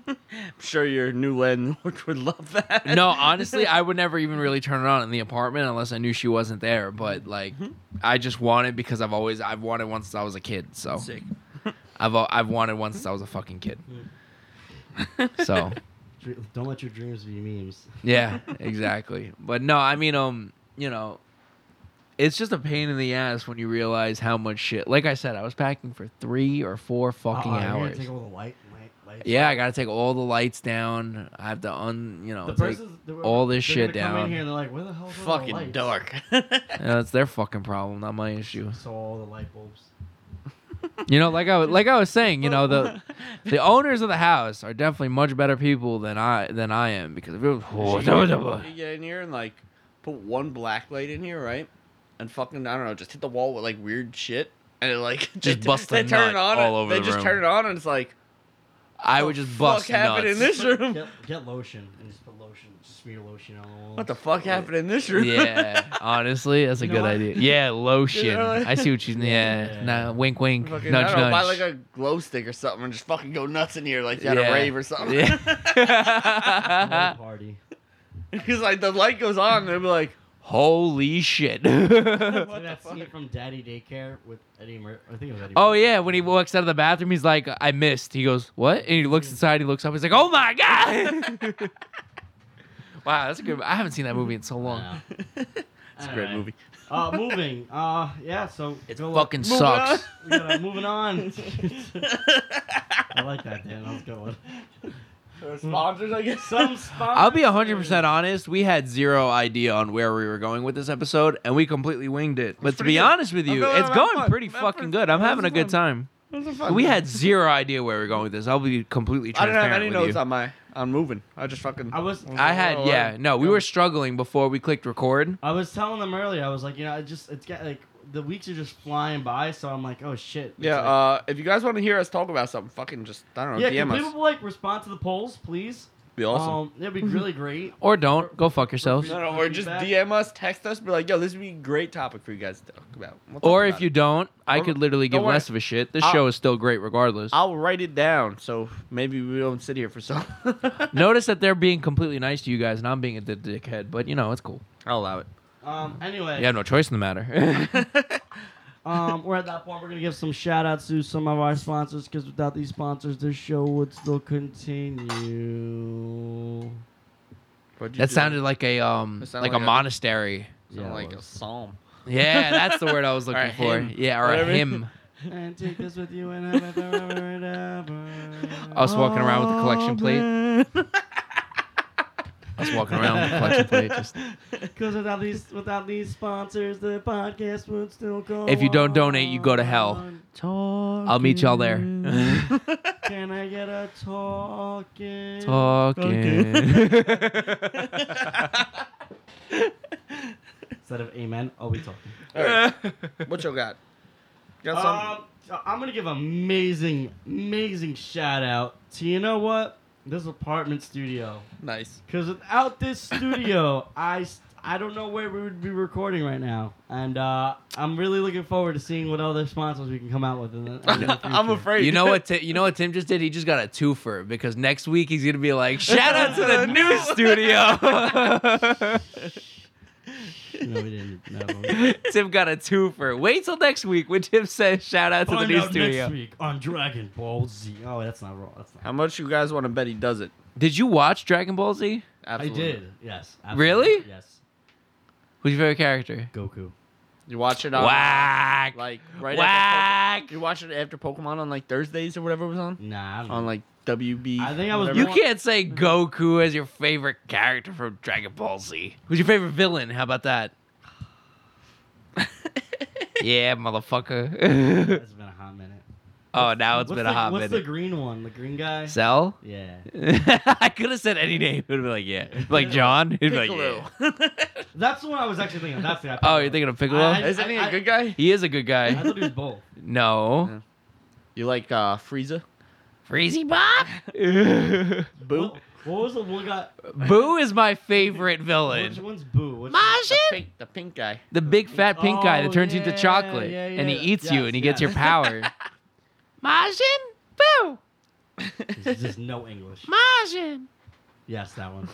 Speaker 2: sure your new landlord would love that.
Speaker 3: no, honestly, I would never even really turn it on in the apartment unless I knew she wasn't there.
Speaker 2: Mm-hmm.
Speaker 3: But like, I just wanted because I've always I've wanted one since I was a kid. So
Speaker 2: Sick.
Speaker 3: I've al- I've wanted one since I was a fucking kid. So
Speaker 4: Dr- Don't let your dreams be memes.
Speaker 3: yeah, exactly. But no, I mean, um, you know, it's just a pain in the ass when you realize how much shit. Like I said, I was packing for three or four fucking
Speaker 4: Uh-uh, you're gonna
Speaker 3: hours.
Speaker 4: Take all the light, light, lights.
Speaker 3: Yeah, I gotta take all the lights down. I have to un, you know,
Speaker 4: The
Speaker 3: it's like-
Speaker 4: person's they were-
Speaker 3: all this
Speaker 4: they're
Speaker 3: shit
Speaker 4: gonna come
Speaker 3: down.
Speaker 4: in here and they're like, "Where the hell? are all the
Speaker 2: Fucking
Speaker 4: lights?"
Speaker 2: dark.
Speaker 3: Yeah, it's their fucking problem, not my issue.
Speaker 4: So all the light bulbs.
Speaker 3: You know, like I was- like I was saying, you know, the the owners of the house are definitely much better people than I than I am because if it was,
Speaker 2: You get- you get in here and like put one black light in here, right? And fucking I don't know, just hit the wall with like weird shit, and it like they
Speaker 3: Just
Speaker 2: t-
Speaker 3: bust
Speaker 2: they
Speaker 3: a
Speaker 2: turn it on,
Speaker 3: nut all
Speaker 2: and-
Speaker 3: over
Speaker 2: They
Speaker 3: the
Speaker 2: just
Speaker 3: room.
Speaker 2: turn it on, and it's like
Speaker 3: I would just bust
Speaker 2: fuck happened in
Speaker 3: nuts.
Speaker 2: this room.
Speaker 4: Get, get lotion and just put lotion, just smear lotion on the walls.
Speaker 2: What the fuck happened in this room?
Speaker 3: yeah, honestly, that's a
Speaker 4: You know
Speaker 3: good
Speaker 4: what?
Speaker 3: idea. Yeah, lotion.
Speaker 2: You know what?
Speaker 3: I see what you. Yeah,
Speaker 4: Yeah.
Speaker 3: nah, wink, wink,
Speaker 2: Fucking, I
Speaker 3: nudge,
Speaker 2: don't know, buy
Speaker 3: nudge.
Speaker 2: like a glow stick or something and just fucking go nuts in here like you had
Speaker 3: Yeah.
Speaker 2: a rave or something.
Speaker 3: Yeah.
Speaker 4: Whole party.
Speaker 2: Because like the light goes on and they'll be like,
Speaker 3: Holy shit!
Speaker 4: It's
Speaker 2: What
Speaker 4: like
Speaker 2: the
Speaker 4: that
Speaker 2: fuck?
Speaker 4: scene from Daddy Daycare with Eddie Murphy. I think it was Eddie.
Speaker 3: oh
Speaker 4: Murphy.
Speaker 3: yeah, when he walks out of the bathroom, he's like, "I missed." He goes, "What?" And he looks inside. He looks up. He's like, "Oh my god!" wow, that's a good. I haven't seen that movie in so long.
Speaker 4: Wow.
Speaker 2: "It's a great
Speaker 4: Anyway.
Speaker 2: movie."
Speaker 4: Uh, moving. Uh, yeah. So
Speaker 3: It
Speaker 4: good luck.
Speaker 3: fucking
Speaker 2: Moving
Speaker 3: sucks.
Speaker 4: We gotta- moving on. I like that, Dan. That was a good one.
Speaker 2: Sponsors, I guess.
Speaker 4: Some sponsors.
Speaker 3: I'll be 100% honest. We had zero idea on where we were going with this episode, and we completely winged it. But to
Speaker 2: pretty
Speaker 3: be
Speaker 2: good.
Speaker 3: honest with
Speaker 2: I'm
Speaker 3: you,
Speaker 2: going-
Speaker 3: it's
Speaker 2: I'm
Speaker 3: going
Speaker 2: fun.
Speaker 3: pretty
Speaker 2: I'm
Speaker 3: fucking
Speaker 2: fun.
Speaker 3: good. I'm
Speaker 2: This
Speaker 3: having
Speaker 2: is
Speaker 3: a good
Speaker 2: fun.
Speaker 3: time. We had zero idea where we were going with this. I'll be completely
Speaker 2: I don't have
Speaker 3: transparent
Speaker 2: any
Speaker 3: with
Speaker 2: notes
Speaker 3: you.
Speaker 2: on my on moving. I just fucking.
Speaker 4: I was.
Speaker 3: I had, yeah, no, we were struggling before we clicked record.
Speaker 4: I was telling them earlier. I was like, you know, I just it's got like the weeks are just flying by. So I'm like, oh shit. It's
Speaker 2: Yeah, uh,
Speaker 4: like-
Speaker 2: if you guys want to hear us talk about something, fucking just I don't know,
Speaker 4: yeah. Can
Speaker 2: DM us.
Speaker 4: people like respond to the polls, please?
Speaker 2: be awesome.
Speaker 4: Um, that'd be really great.
Speaker 3: Or don't. Go fuck yourselves.
Speaker 2: no, no, or just
Speaker 4: feedback.
Speaker 2: DM us, text us, be like, yo, this would be a great topic for you guys to talk about. We'll talk
Speaker 3: Or if
Speaker 2: about
Speaker 3: you
Speaker 2: it.
Speaker 3: don't, I
Speaker 2: Or-
Speaker 3: could literally
Speaker 2: don't
Speaker 3: give
Speaker 2: worry.
Speaker 3: less of a shit. This
Speaker 2: I'll-
Speaker 3: show is still great regardless.
Speaker 2: I'll write it down, so maybe we don't sit here for so.
Speaker 3: Notice that they're being completely nice to you guys, and I'm being a d- dickhead, but you know, it's cool.
Speaker 2: I'll allow it.
Speaker 4: Um. Anyway.
Speaker 3: You have no choice in the matter.
Speaker 4: Um, we're at that point. We're gonna give some shout outs to some of our sponsors because without these sponsors, this show would still continue.
Speaker 2: What'd you
Speaker 3: That
Speaker 2: do?
Speaker 3: sounded like a um
Speaker 2: That sounded
Speaker 3: like a
Speaker 2: like a-
Speaker 3: monastery.
Speaker 2: Sounded
Speaker 4: Yeah, it
Speaker 2: like a
Speaker 4: was.
Speaker 2: psalm.
Speaker 3: Yeah, that's the word I was
Speaker 2: Or
Speaker 3: looking
Speaker 2: a
Speaker 3: for.
Speaker 2: hymn.
Speaker 3: Yeah, or
Speaker 2: Whatever.
Speaker 3: a hymn.
Speaker 4: And take this with you and have it forever and ever.
Speaker 3: I was walking around with a
Speaker 2: Oh,
Speaker 3: collection
Speaker 4: Oh,
Speaker 3: plate.
Speaker 2: plate.
Speaker 3: I was walking around with a collection plate. Just
Speaker 4: Because without these, without these sponsors, the podcast would still go.
Speaker 3: If you don't donate, you go to hell.
Speaker 4: on.
Speaker 3: I'll meet y'all there.
Speaker 4: Can I get a talking?
Speaker 3: Talking.
Speaker 4: Instead of amen, I'll be talking.
Speaker 2: what you got? You got something?
Speaker 4: Um, so I'm gonna give amazing, amazing shout out to you know what this apartment studio.
Speaker 2: nice.
Speaker 4: Because without this studio, I s- I don't know where we would be recording right now. And uh, I'm really looking forward to seeing what other sponsors we can come out with. In the, in the
Speaker 2: I'm
Speaker 4: future.
Speaker 2: afraid.
Speaker 3: You know what? Ti- you know what Tim just did? He just got a twofer because next week he's gonna be like, "Shout out to the new studio."
Speaker 4: No, we didn't. No.
Speaker 3: Tim got a twofer. Wait till next week when Tim says, "Shout out to the
Speaker 4: Find
Speaker 3: new
Speaker 4: out next
Speaker 3: studio."
Speaker 4: week on Dragon Ball Z. Oh, that's not wrong. That's
Speaker 2: How
Speaker 4: not.
Speaker 2: much you guys want to bet he does it?
Speaker 3: Did you watch Dragon Ball Z?
Speaker 4: I
Speaker 2: Absolutely.
Speaker 4: did. Yes.
Speaker 3: Really?
Speaker 4: Yes.
Speaker 3: Who's your favorite character?
Speaker 4: Goku.
Speaker 2: You watch it on
Speaker 3: Whack.
Speaker 2: like right after
Speaker 3: Whack. Mm-hmm.
Speaker 2: Pokemon. You watch it after Pokemon on like Thursdays or whatever it was on
Speaker 4: Nah, I don't
Speaker 2: on
Speaker 4: know.
Speaker 2: like WB.
Speaker 4: I think I was
Speaker 2: whatever.
Speaker 3: You can't say Goku as your favorite character from Dragon Ball Z. Who's your favorite villain? How about that? yeah, motherfucker.
Speaker 4: It's been a hot minute.
Speaker 3: oh, now it's
Speaker 4: What's
Speaker 3: been
Speaker 4: the,
Speaker 3: a hot
Speaker 4: What's the
Speaker 3: minute.
Speaker 4: green one? The green guy?
Speaker 3: Cell?
Speaker 4: yeah.
Speaker 3: I could have said any name. It would be like, yeah. Like John? It'd be like,
Speaker 2: Piccolo.
Speaker 3: yeah.
Speaker 4: That's the one I was actually thinking. of. That's the guy.
Speaker 3: oh, you're thinking of Piccolo?
Speaker 4: I-
Speaker 2: Isn't he a good guy?
Speaker 3: he is a good
Speaker 4: I
Speaker 3: guy.
Speaker 4: thought it was both.
Speaker 3: No.
Speaker 2: Yeah. You like uh, Frieza?
Speaker 3: Freezy Bob?
Speaker 2: Boo?
Speaker 4: What, what was the one guy?
Speaker 3: Boo is my favorite
Speaker 4: Which
Speaker 3: villain.
Speaker 4: one's Boo? Which
Speaker 2: The
Speaker 3: Majin?
Speaker 2: pink, the pink guy.
Speaker 3: The big fat pink guy that
Speaker 4: Oh,
Speaker 3: turns into
Speaker 4: yeah,
Speaker 3: chocolate
Speaker 4: yeah,
Speaker 3: and he
Speaker 4: yeah.
Speaker 3: eats you
Speaker 4: Yes,
Speaker 3: and he gets your
Speaker 4: yes.
Speaker 3: power. Majin Boo.
Speaker 4: There's just no English.
Speaker 3: Majin.
Speaker 4: Yes, that one.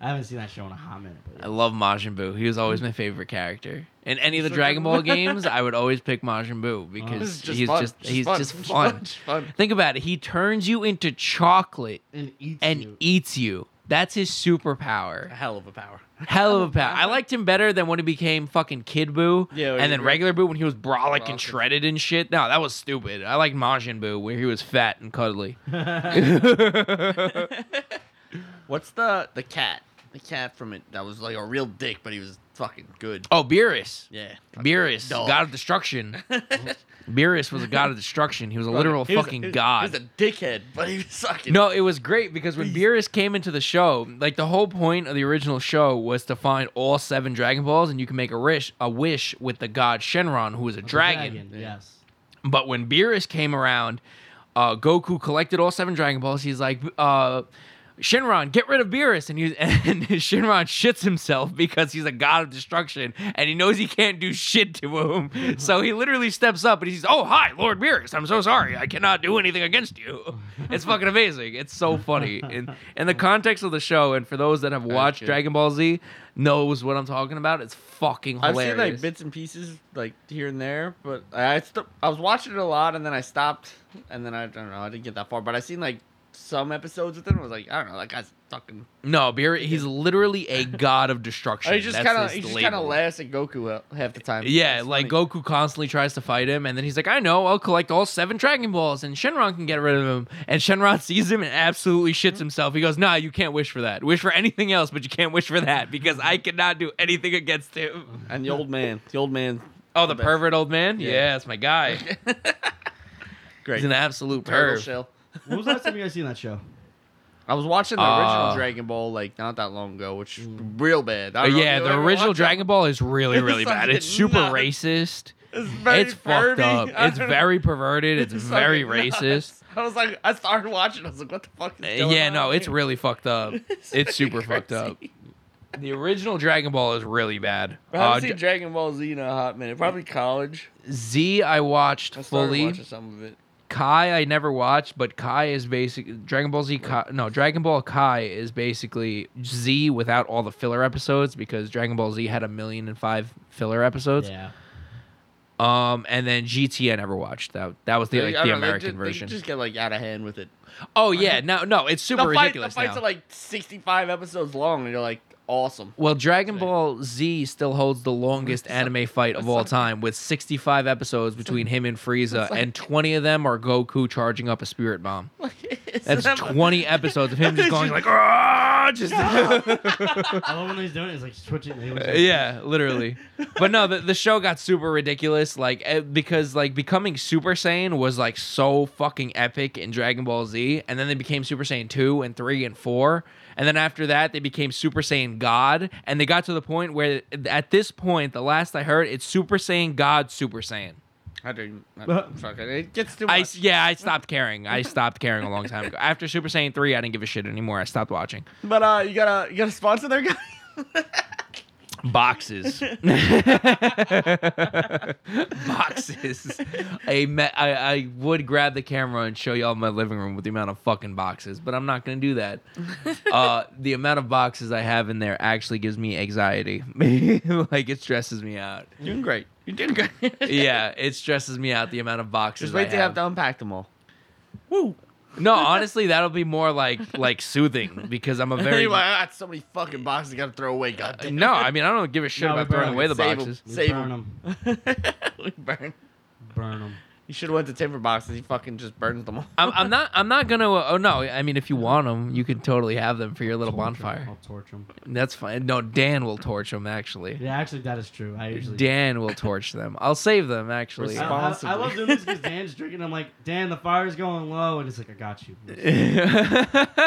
Speaker 4: I haven't seen that show in a hot minute. but
Speaker 3: I love Majin Boo. He was always my favorite character. In any of the
Speaker 2: So-
Speaker 3: Dragon Ball games, I would always pick Majin Boo
Speaker 4: This
Speaker 3: because
Speaker 2: is just
Speaker 3: he's
Speaker 2: fun.
Speaker 3: just
Speaker 2: Just
Speaker 3: he's
Speaker 2: fun.
Speaker 3: just
Speaker 2: Just
Speaker 3: fun.
Speaker 2: fun. Just fun.
Speaker 3: Think about it. He turns you into chocolate
Speaker 4: And eats
Speaker 3: and E-
Speaker 4: you.
Speaker 3: eats you. That's his superpower.
Speaker 2: A hell of a power.
Speaker 3: Hell of a power. I liked him better than when he became fucking Kid Boo.
Speaker 2: Yeah,
Speaker 3: and then
Speaker 2: he-
Speaker 3: regular Boo when he was brolic
Speaker 2: Brolic.
Speaker 3: and shredded and shit. No, that was stupid. I liked Majin Boo where he was fat and cuddly. Oh,
Speaker 2: What's the the cat? The cat from it that was like a real dick, but he was fucking good.
Speaker 3: oh, Beerus.
Speaker 2: Yeah.
Speaker 3: Beerus,
Speaker 2: Dog.
Speaker 3: god of destruction. Beerus was a god of destruction. He was a literal
Speaker 2: He was-
Speaker 3: fucking
Speaker 2: he was-
Speaker 3: god.
Speaker 2: He was a dickhead, but he was sucking.
Speaker 3: No, it was great because when Beerus came into the show, like the whole point of the original show was to find all seven Dragon Balls, and you can make a wish, a wish with the god Shenron, who was a
Speaker 4: The
Speaker 3: dragon.
Speaker 4: Yes.
Speaker 3: But when Beerus came around, uh, Goku collected all seven Dragon Balls. He's like, uh, Shinron, get rid of Beerus, and he and Shinron shits himself because he's a god of destruction, and he knows he can't do shit to him. So he literally steps up and he's, "Oh hi, Lord Beerus, I'm so sorry, I cannot do anything against you." It's fucking amazing. It's so funny in in the context of the show, and for those that have watched
Speaker 2: good.
Speaker 3: Dragon Ball Z, knows what I'm talking about. It's fucking
Speaker 2: I've
Speaker 3: hilarious.
Speaker 2: seen like bits and pieces, like here and there, but I st- I was watching it a lot, and then I stopped, and then I don't know, I didn't get that far, but I seen like some episodes with him. I was like, I don't know, that guy's fucking.
Speaker 3: No, Beerus, he's literally a god of destruction.
Speaker 2: He just
Speaker 3: That's
Speaker 2: kind of
Speaker 3: his
Speaker 2: he just
Speaker 3: label.
Speaker 2: kind of laughs at Goku uh, half the time.
Speaker 3: Yeah,
Speaker 2: It's
Speaker 3: like
Speaker 2: funny.
Speaker 3: Goku constantly tries to fight him, and then he's like, "I know, I'll collect all seven Dragon Balls, and Shenron can get rid of him." And Shenron sees him and absolutely
Speaker 2: Mm-hmm.
Speaker 3: shits himself. He goes, "Nah, you can't wish for that. Wish for anything else, but you can't wish for that because I cannot do anything against him."
Speaker 2: and the old man, the old man,
Speaker 3: Oh, the
Speaker 2: best.
Speaker 3: pervert old man. Yeah,
Speaker 2: Yeah.
Speaker 3: that's my guy.
Speaker 2: great
Speaker 3: He's an absolute
Speaker 2: turtle
Speaker 3: perv.
Speaker 2: shell.
Speaker 4: What was the last time you guys seen that show?
Speaker 2: I was watching the
Speaker 3: Uh,
Speaker 2: original Dragon Ball like not that long ago, which is real bad. I
Speaker 3: Oh,
Speaker 2: don't know if
Speaker 3: yeah,
Speaker 2: you
Speaker 3: the
Speaker 2: ever
Speaker 3: original
Speaker 2: watched that.
Speaker 3: Dragon Ball is really,
Speaker 2: It's
Speaker 3: really bad.
Speaker 2: fucking
Speaker 3: It's super
Speaker 2: nuts.
Speaker 3: racist.
Speaker 2: It's, very
Speaker 3: It's fucked
Speaker 2: pervy.
Speaker 3: up.
Speaker 2: I
Speaker 3: It's
Speaker 2: don't-
Speaker 3: very perverted. It's
Speaker 2: fucking
Speaker 3: very
Speaker 2: nuts.
Speaker 3: racist.
Speaker 2: I was like, I started watching. I was like, what the fuck? Is
Speaker 3: Uh,
Speaker 2: going
Speaker 3: yeah,
Speaker 2: on
Speaker 3: no, it's
Speaker 2: here?
Speaker 3: really fucked up. It's,
Speaker 2: fucking
Speaker 3: super fucked up.
Speaker 2: crazy.
Speaker 3: The original Dragon Ball is really bad.
Speaker 2: I haven't
Speaker 3: Uh,
Speaker 2: seen
Speaker 3: D-
Speaker 2: Dragon Ball Z in a hot minute. Probably college.
Speaker 3: Z I watched
Speaker 2: I started
Speaker 3: fully.
Speaker 2: watching some of it.
Speaker 3: Kai I never watched, but Kai is basic Dragon Ball Z Kai, no, Dragon Ball Kai is basically Z without all the filler episodes because Dragon Ball Z had a million and five filler episodes.
Speaker 4: Yeah.
Speaker 3: Um and then GT I never watched. That that was the like
Speaker 2: I
Speaker 3: the
Speaker 2: don't know, they
Speaker 3: American
Speaker 2: just,
Speaker 3: version.
Speaker 2: They just get like out of hand with it.
Speaker 3: oh yeah, no no, it's super
Speaker 2: the, fight, the
Speaker 3: ridiculous
Speaker 2: fights
Speaker 3: now.
Speaker 2: are like sixty-five episodes long, and you're like, awesome.
Speaker 3: Well, Dragon
Speaker 2: Today.
Speaker 3: Ball Z still holds the longest anime fight of all time with 65 episodes between him and Frieza, and 20 of them are Goku charging up a spirit bomb. That's 20 episodes of him just going like, "Ah," just
Speaker 4: I love when he's doing it. He's like switching. He was like,
Speaker 3: Uh, yeah, literally. But no, the, the show got super ridiculous, like eh, because like becoming Super Saiyan was like so fucking epic in Dragon Ball Z, and then they became Super Saiyan two and three and four, and then after that they became Super Saiyan God, and they got to the point where at this point, the last I heard, it's Super Saiyan God Super Saiyan.
Speaker 2: I didn't. I, fucking, it gets too
Speaker 3: I
Speaker 2: much.
Speaker 3: s- yeah, I stopped caring. I stopped caring a long time ago. After Super Saiyan three, I didn't give a shit anymore. I stopped watching.
Speaker 2: but uh, you gotta you gotta sponsor their guy.
Speaker 3: boxes boxes I, me- I I would grab the camera and show y'all my living room with the amount of fucking boxes but i'm not gonna do that uh the amount of boxes i have in there actually gives me anxiety like it stresses me out
Speaker 2: You're doing great. You're doing great.
Speaker 3: yeah it stresses me out the amount of boxes
Speaker 2: Just wait
Speaker 3: I
Speaker 2: till you have to unpack them all. Woo.
Speaker 3: No, honestly, that'll be more like like soothing because I'm a very Uh,
Speaker 2: Anyway, I got so many fucking boxes I gotta throw away. God damn.
Speaker 3: no. I mean, I don't give a shit
Speaker 4: No,
Speaker 3: about
Speaker 4: we
Speaker 3: throwing
Speaker 4: burn
Speaker 3: away the
Speaker 2: Save 'em.
Speaker 3: boxes.
Speaker 4: We
Speaker 2: Save
Speaker 4: burn
Speaker 2: 'em.
Speaker 4: them.
Speaker 2: we burn.
Speaker 4: Burn them.
Speaker 2: You should have went to timber boxes. He fucking just burns them all.
Speaker 3: I'm, I'm not. I'm not gonna. Oh no. I mean, if you want them, you can totally have them for your little bonfire.
Speaker 4: I'll torch them.
Speaker 3: That's fine. No, Dan will torch them. Actually,
Speaker 4: Yeah, actually, that is true. I usually.
Speaker 3: Dan will torch them. I'll save them. Actually,
Speaker 4: I, I, I love doing this because Dan's drinking. I'm like, Dan, the fire's going low, and it's like, I got you.
Speaker 3: yeah.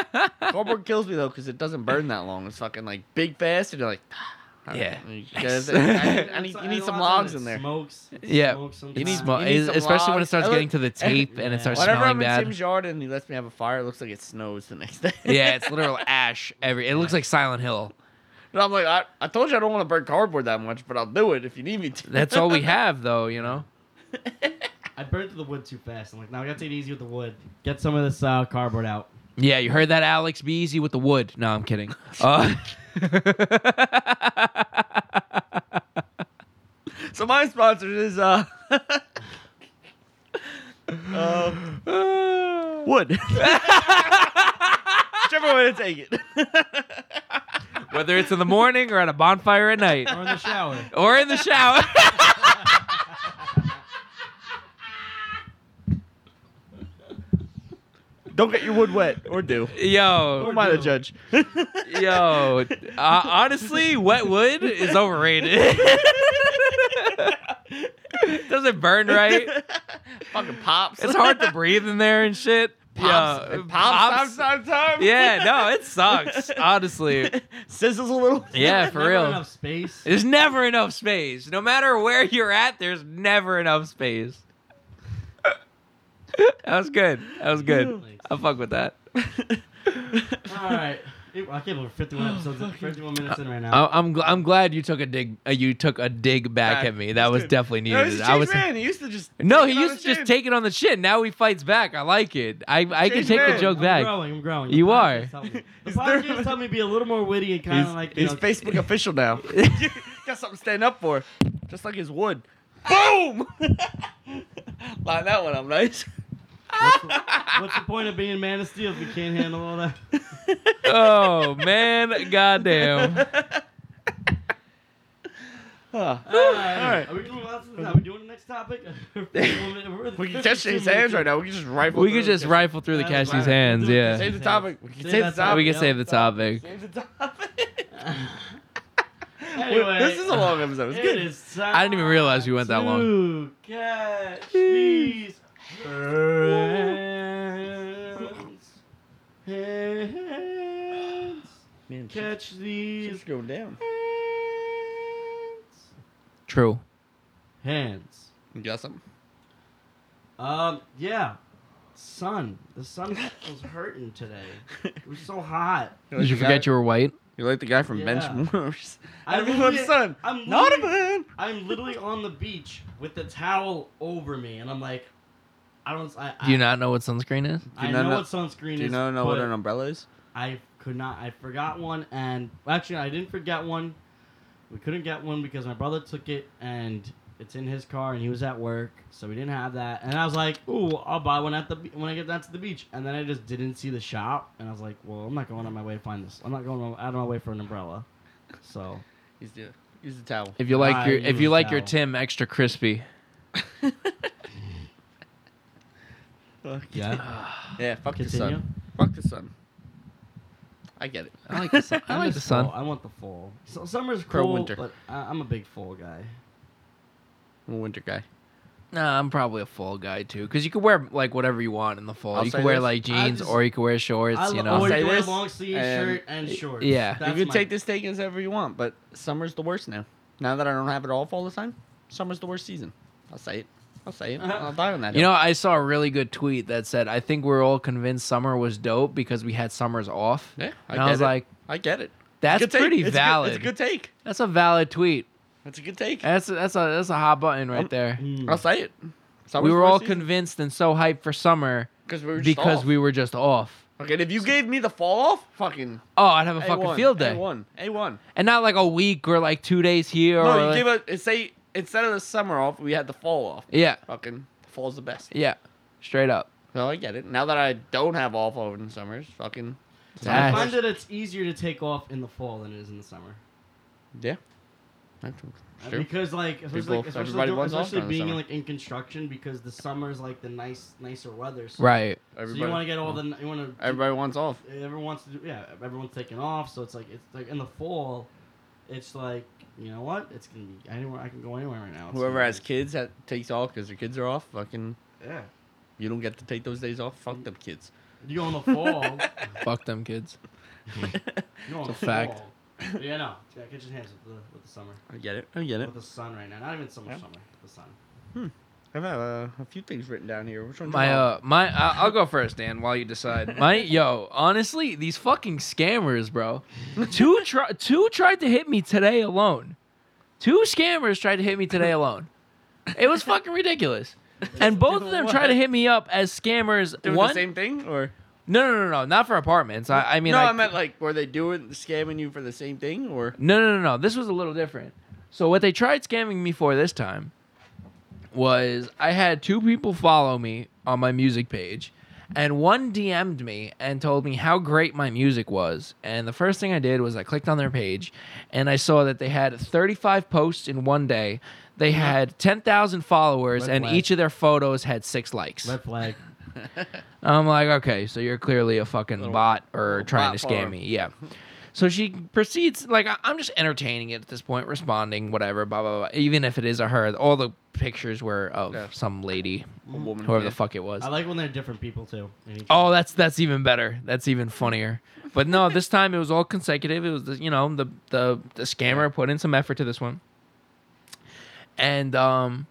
Speaker 2: Cardboard kills me though because it doesn't burn that long. It's fucking like big fast, and you're like, "Ah, all right.
Speaker 3: Yeah.
Speaker 2: You guys- I need, I need,
Speaker 4: It's-
Speaker 2: you
Speaker 4: I
Speaker 2: need some
Speaker 4: love
Speaker 2: logs
Speaker 4: it.
Speaker 2: in there.
Speaker 4: Smokes. it Smokes
Speaker 3: You need,
Speaker 4: sometimes.
Speaker 3: smoke,
Speaker 2: You need some
Speaker 3: especially when it
Speaker 2: logs.
Speaker 3: starts
Speaker 2: I
Speaker 3: getting
Speaker 2: look-
Speaker 3: to the tape and it
Speaker 4: Yeah.
Speaker 3: starts
Speaker 2: Whenever
Speaker 3: smelling
Speaker 2: I'm in
Speaker 3: bad.
Speaker 2: Tim's yard and he lets me have a fire, it looks like it snows the next day.
Speaker 3: yeah, it's literal ash. Every it looks like Silent Hill.
Speaker 2: and I'm like, I, I told you I don't want to burn cardboard that much, but I'll do it if you need me to.
Speaker 3: That's all we have, though. You know.
Speaker 4: I burned through the wood too fast. I'm like, now I gotta take it easy with the wood. Get some of this uh, cardboard out.
Speaker 3: Yeah, you heard that, Alex. Be easy with the wood. No, I'm kidding. Uh,
Speaker 2: So my sponsor is uh, um, wood. Whichever way to take it.
Speaker 3: whether it's in the morning or at a bonfire at night
Speaker 4: Or in the shower.
Speaker 3: or in the shower.
Speaker 2: don't get your wood wet, or do. Who
Speaker 3: yo,
Speaker 2: am I to judge?
Speaker 3: yo. Uh, honestly, wet wood is overrated. Doesn't burn right.
Speaker 2: Fucking pops.
Speaker 3: It's hard to breathe in there and shit.
Speaker 2: Pops.
Speaker 3: Yeah,
Speaker 2: It pops.
Speaker 3: pops.
Speaker 2: Time, time,
Speaker 3: Yeah, no, it sucks. Honestly.
Speaker 2: Sizzles a little.
Speaker 3: Yeah, for
Speaker 4: Never
Speaker 3: real.
Speaker 4: Enough space.
Speaker 3: There's never enough space. No matter where you're at, there's never enough space. That was good. That was good. I fuck with that.
Speaker 4: All right. Ew, I can't believe we're 51 episodes, in- 51 minutes in right now.
Speaker 3: I, I'm gl- I'm glad you took a dig. Uh, you took a dig back
Speaker 2: Back.
Speaker 3: at me. That was
Speaker 2: good.
Speaker 3: definitely
Speaker 2: No, he's
Speaker 3: needed.
Speaker 2: a
Speaker 3: I
Speaker 2: changed
Speaker 3: was
Speaker 2: man. He used to just.
Speaker 3: no.
Speaker 2: take
Speaker 3: He
Speaker 2: it on
Speaker 3: used
Speaker 2: the
Speaker 3: to just
Speaker 2: chin.
Speaker 3: take it on the chin. Now he fights back. I like it. I I can
Speaker 2: Changed
Speaker 3: take the
Speaker 2: man.
Speaker 3: joke
Speaker 4: I'm
Speaker 3: back.
Speaker 4: growing. I'm growing.
Speaker 3: You
Speaker 4: the
Speaker 3: are.
Speaker 4: podcast helped me. The
Speaker 2: He's literally-
Speaker 4: podcast helped me be a little more witty and kind
Speaker 2: He's,
Speaker 4: of like you
Speaker 2: he's
Speaker 4: know,
Speaker 2: Facebook official now. Got something to stand up for, just like his wood. Boom! Line that one up nice.
Speaker 4: What's the, what's the point of being Man of Steel if you can't handle all that?
Speaker 3: Oh man, goddamn.
Speaker 2: Huh.
Speaker 4: All right.
Speaker 2: right.
Speaker 4: Are we doing lots of Are we doing the next topic?
Speaker 2: We can catch his hands right now. We can just rifle.
Speaker 3: We could
Speaker 2: through
Speaker 3: just
Speaker 2: it.
Speaker 3: rifle through the
Speaker 4: That is
Speaker 3: Cashew's
Speaker 4: right.
Speaker 3: hands.
Speaker 4: Dude,
Speaker 3: Yeah,
Speaker 2: Save the topic. We can
Speaker 4: Save
Speaker 2: save
Speaker 4: that
Speaker 2: the
Speaker 4: topic.
Speaker 3: we
Speaker 2: topic.
Speaker 3: can save the topic.
Speaker 2: Save the topic.
Speaker 4: Anyway,
Speaker 2: this is a long episode. It's
Speaker 4: It
Speaker 2: good.
Speaker 4: is
Speaker 3: I didn't even realize we went that long.
Speaker 4: long. Catch these hands. Hands.
Speaker 2: Man, shit's-
Speaker 4: Catch these
Speaker 2: shit's going down.
Speaker 4: hands.
Speaker 3: True.
Speaker 4: Hands.
Speaker 2: You got something?
Speaker 4: Um, yeah. Sun. The sun was hurting today. It was so hot.
Speaker 3: Did you forget you were white?
Speaker 2: You're like the guy from
Speaker 4: Yeah.
Speaker 2: Benchwarmers.
Speaker 4: I
Speaker 2: I love
Speaker 4: literally-
Speaker 2: son.
Speaker 4: I'm
Speaker 2: Not a
Speaker 4: literally-
Speaker 2: man.
Speaker 4: I'm literally on the beach with the towel over me, and I'm like, I don't. I,
Speaker 3: Do you
Speaker 4: I-
Speaker 3: not know what sunscreen is?
Speaker 4: I
Speaker 2: you
Speaker 4: know,
Speaker 2: not know-
Speaker 4: what sunscreen
Speaker 2: Do you
Speaker 4: is.
Speaker 2: know, know what
Speaker 4: but
Speaker 2: an umbrella is?
Speaker 4: I could not. I forgot one, and actually, I didn't forget one. We couldn't get one because my brother took it, and it's in his car, and he was at work, so we didn't have that. And I was like, "Ooh, I'll buy one at the be- when I get down to the beach." And then I just didn't see the shop, and I was like, "Well, I'm not going on my way to find this. I'm not going out of my way for an umbrella." So
Speaker 2: Use the, use the towel.
Speaker 3: If you like
Speaker 4: I
Speaker 3: your if you
Speaker 4: use
Speaker 3: like your
Speaker 4: towel.
Speaker 3: Tim extra crispy,
Speaker 4: yeah,
Speaker 2: Yeah, fuck the
Speaker 4: continue.
Speaker 2: sun. Fuck the sun. I get it.
Speaker 3: I like the sun. I like the
Speaker 4: miss
Speaker 3: sun.
Speaker 4: fall. I want the fall. So, summer's
Speaker 2: Pro
Speaker 4: cool,
Speaker 2: winter.
Speaker 4: but I, I'm a big fall guy.
Speaker 2: I'm a winter guy.
Speaker 3: Nah, I'm probably a fall guy too, because you can wear like whatever you want in the fall.
Speaker 2: I'll
Speaker 3: you
Speaker 2: say
Speaker 3: can wear
Speaker 2: this.
Speaker 3: like
Speaker 4: I
Speaker 3: jeans
Speaker 4: just-
Speaker 3: or you can wear shorts.
Speaker 4: I
Speaker 3: you
Speaker 4: lo-
Speaker 3: know,
Speaker 4: always
Speaker 2: Say
Speaker 4: wear
Speaker 2: this,
Speaker 4: a long sleeve
Speaker 2: and-
Speaker 4: shirt and shorts.
Speaker 3: yeah. You
Speaker 4: That's
Speaker 2: you can
Speaker 4: my-
Speaker 2: take this taking as ever you want, but summer's the worst now. Now that I don't have it off all the time, summer's the worst season. I'll say it. I'll say it. I'll die on that.
Speaker 3: Uh-huh. You
Speaker 2: hill.
Speaker 3: know, I saw a really good tweet that said, "I think we're all convinced summer was dope because we had summers off."
Speaker 2: yeah, I,
Speaker 3: and
Speaker 2: get
Speaker 3: I was
Speaker 2: it.
Speaker 3: like,
Speaker 2: I get it.
Speaker 3: "That's
Speaker 2: Good take.
Speaker 3: pretty
Speaker 2: It's a good-
Speaker 3: valid.
Speaker 2: it's a good take.
Speaker 3: That's a valid tweet.
Speaker 2: That's a good take.
Speaker 3: That's a, that's a that's a hot button right
Speaker 2: Um,
Speaker 3: there."
Speaker 4: Mm.
Speaker 2: I'll say it.
Speaker 3: We were all convinced and so hyped for summer
Speaker 2: because we were just
Speaker 3: because
Speaker 2: off.
Speaker 3: we were just off.
Speaker 2: Okay, and if you gave me the fall off, fucking
Speaker 3: Oh, I'd have a fucking
Speaker 2: A1,
Speaker 3: field day,
Speaker 2: A1, A1.
Speaker 3: and not like a week or like two days here. or
Speaker 2: No, you
Speaker 3: like-
Speaker 2: gave us say instead of the summer off, we had the fall off.
Speaker 3: yeah,
Speaker 2: Fucking the fall's the best.
Speaker 3: yeah, straight up.
Speaker 2: So I get it. Now that I don't have off over the summers, fucking
Speaker 4: I
Speaker 3: Yes.
Speaker 4: find that it's easier to take off in the fall than it is in the summer.
Speaker 2: yeah. That's
Speaker 4: Uh,
Speaker 2: true.
Speaker 4: Because like
Speaker 2: People-
Speaker 4: especially, like, especially,
Speaker 2: everybody
Speaker 4: doing-
Speaker 2: wants off
Speaker 4: especially
Speaker 2: during the
Speaker 4: being
Speaker 2: summer.
Speaker 4: like in construction because the summer's like the nice nicer weather. So,
Speaker 3: Right.
Speaker 4: So you want to
Speaker 2: Everybody,
Speaker 4: get all the you want to
Speaker 2: everybody wants off.
Speaker 4: everyone wants to do yeah everyone's taking off so it's like it's like in the fall, it's like you know what it's gonna be anywhere I can go anywhere right now. It's
Speaker 2: Whoever
Speaker 4: not-
Speaker 2: has kids that takes off because their kids are off. Fucking,
Speaker 4: yeah
Speaker 2: you don't get to take those days off. Fuck them kids.
Speaker 4: you go in the fall you
Speaker 3: Fuck them kids.
Speaker 4: go in the
Speaker 3: It's a fact.
Speaker 4: fall. Yeah no yeah, kitchen hands with the with the summer
Speaker 2: I get it. I get it.
Speaker 4: with the sun right now not even so much
Speaker 2: Yeah.
Speaker 4: summer the sun.
Speaker 2: I have uh, a few things written down here. Which one?
Speaker 3: My uh, my I- I'll go first, Dan, while you decide. My yo, honestly, these fucking scammers, bro. Two try two tried to hit me today alone. Two scammers tried to hit me today alone. It was fucking ridiculous. And both of them tried to hit me up as scammers.
Speaker 2: doing
Speaker 3: One,
Speaker 2: the same thing or?
Speaker 3: no, no, no, no, not for apartments. I, I mean,
Speaker 2: no,
Speaker 3: I,
Speaker 2: I meant like were they doing scamming you for the same thing or?
Speaker 3: No, no, no, no. This was a little different. So what they tried scamming me for this time was I had two people follow me on my music page, and one DM'd me and told me how great my music was. And the first thing I did was I clicked on their page, and I saw that they had 35 posts in one day. They had 10,000 followers,
Speaker 4: Red
Speaker 3: and
Speaker 4: flag.
Speaker 3: each of their photos had six likes.
Speaker 4: Red flag.
Speaker 3: I'm like, okay, so you're clearly a fucking bot or trying
Speaker 2: bot
Speaker 3: to scam
Speaker 2: farm.
Speaker 3: me. Yeah. So she proceeds, like, I- I'm just entertaining it at this point, responding, whatever, blah, blah, blah. Even if it is a her, all the pictures were of
Speaker 2: Yeah.
Speaker 3: some lady,
Speaker 2: A woman.
Speaker 3: whoever
Speaker 2: yeah.
Speaker 3: the fuck it was.
Speaker 4: I like when they're different people too. in each-
Speaker 3: Oh, that's that's even better. That's even funnier. But no, this time it was all consecutive. It was the, you know the the the scammer put in some effort to this one, and um,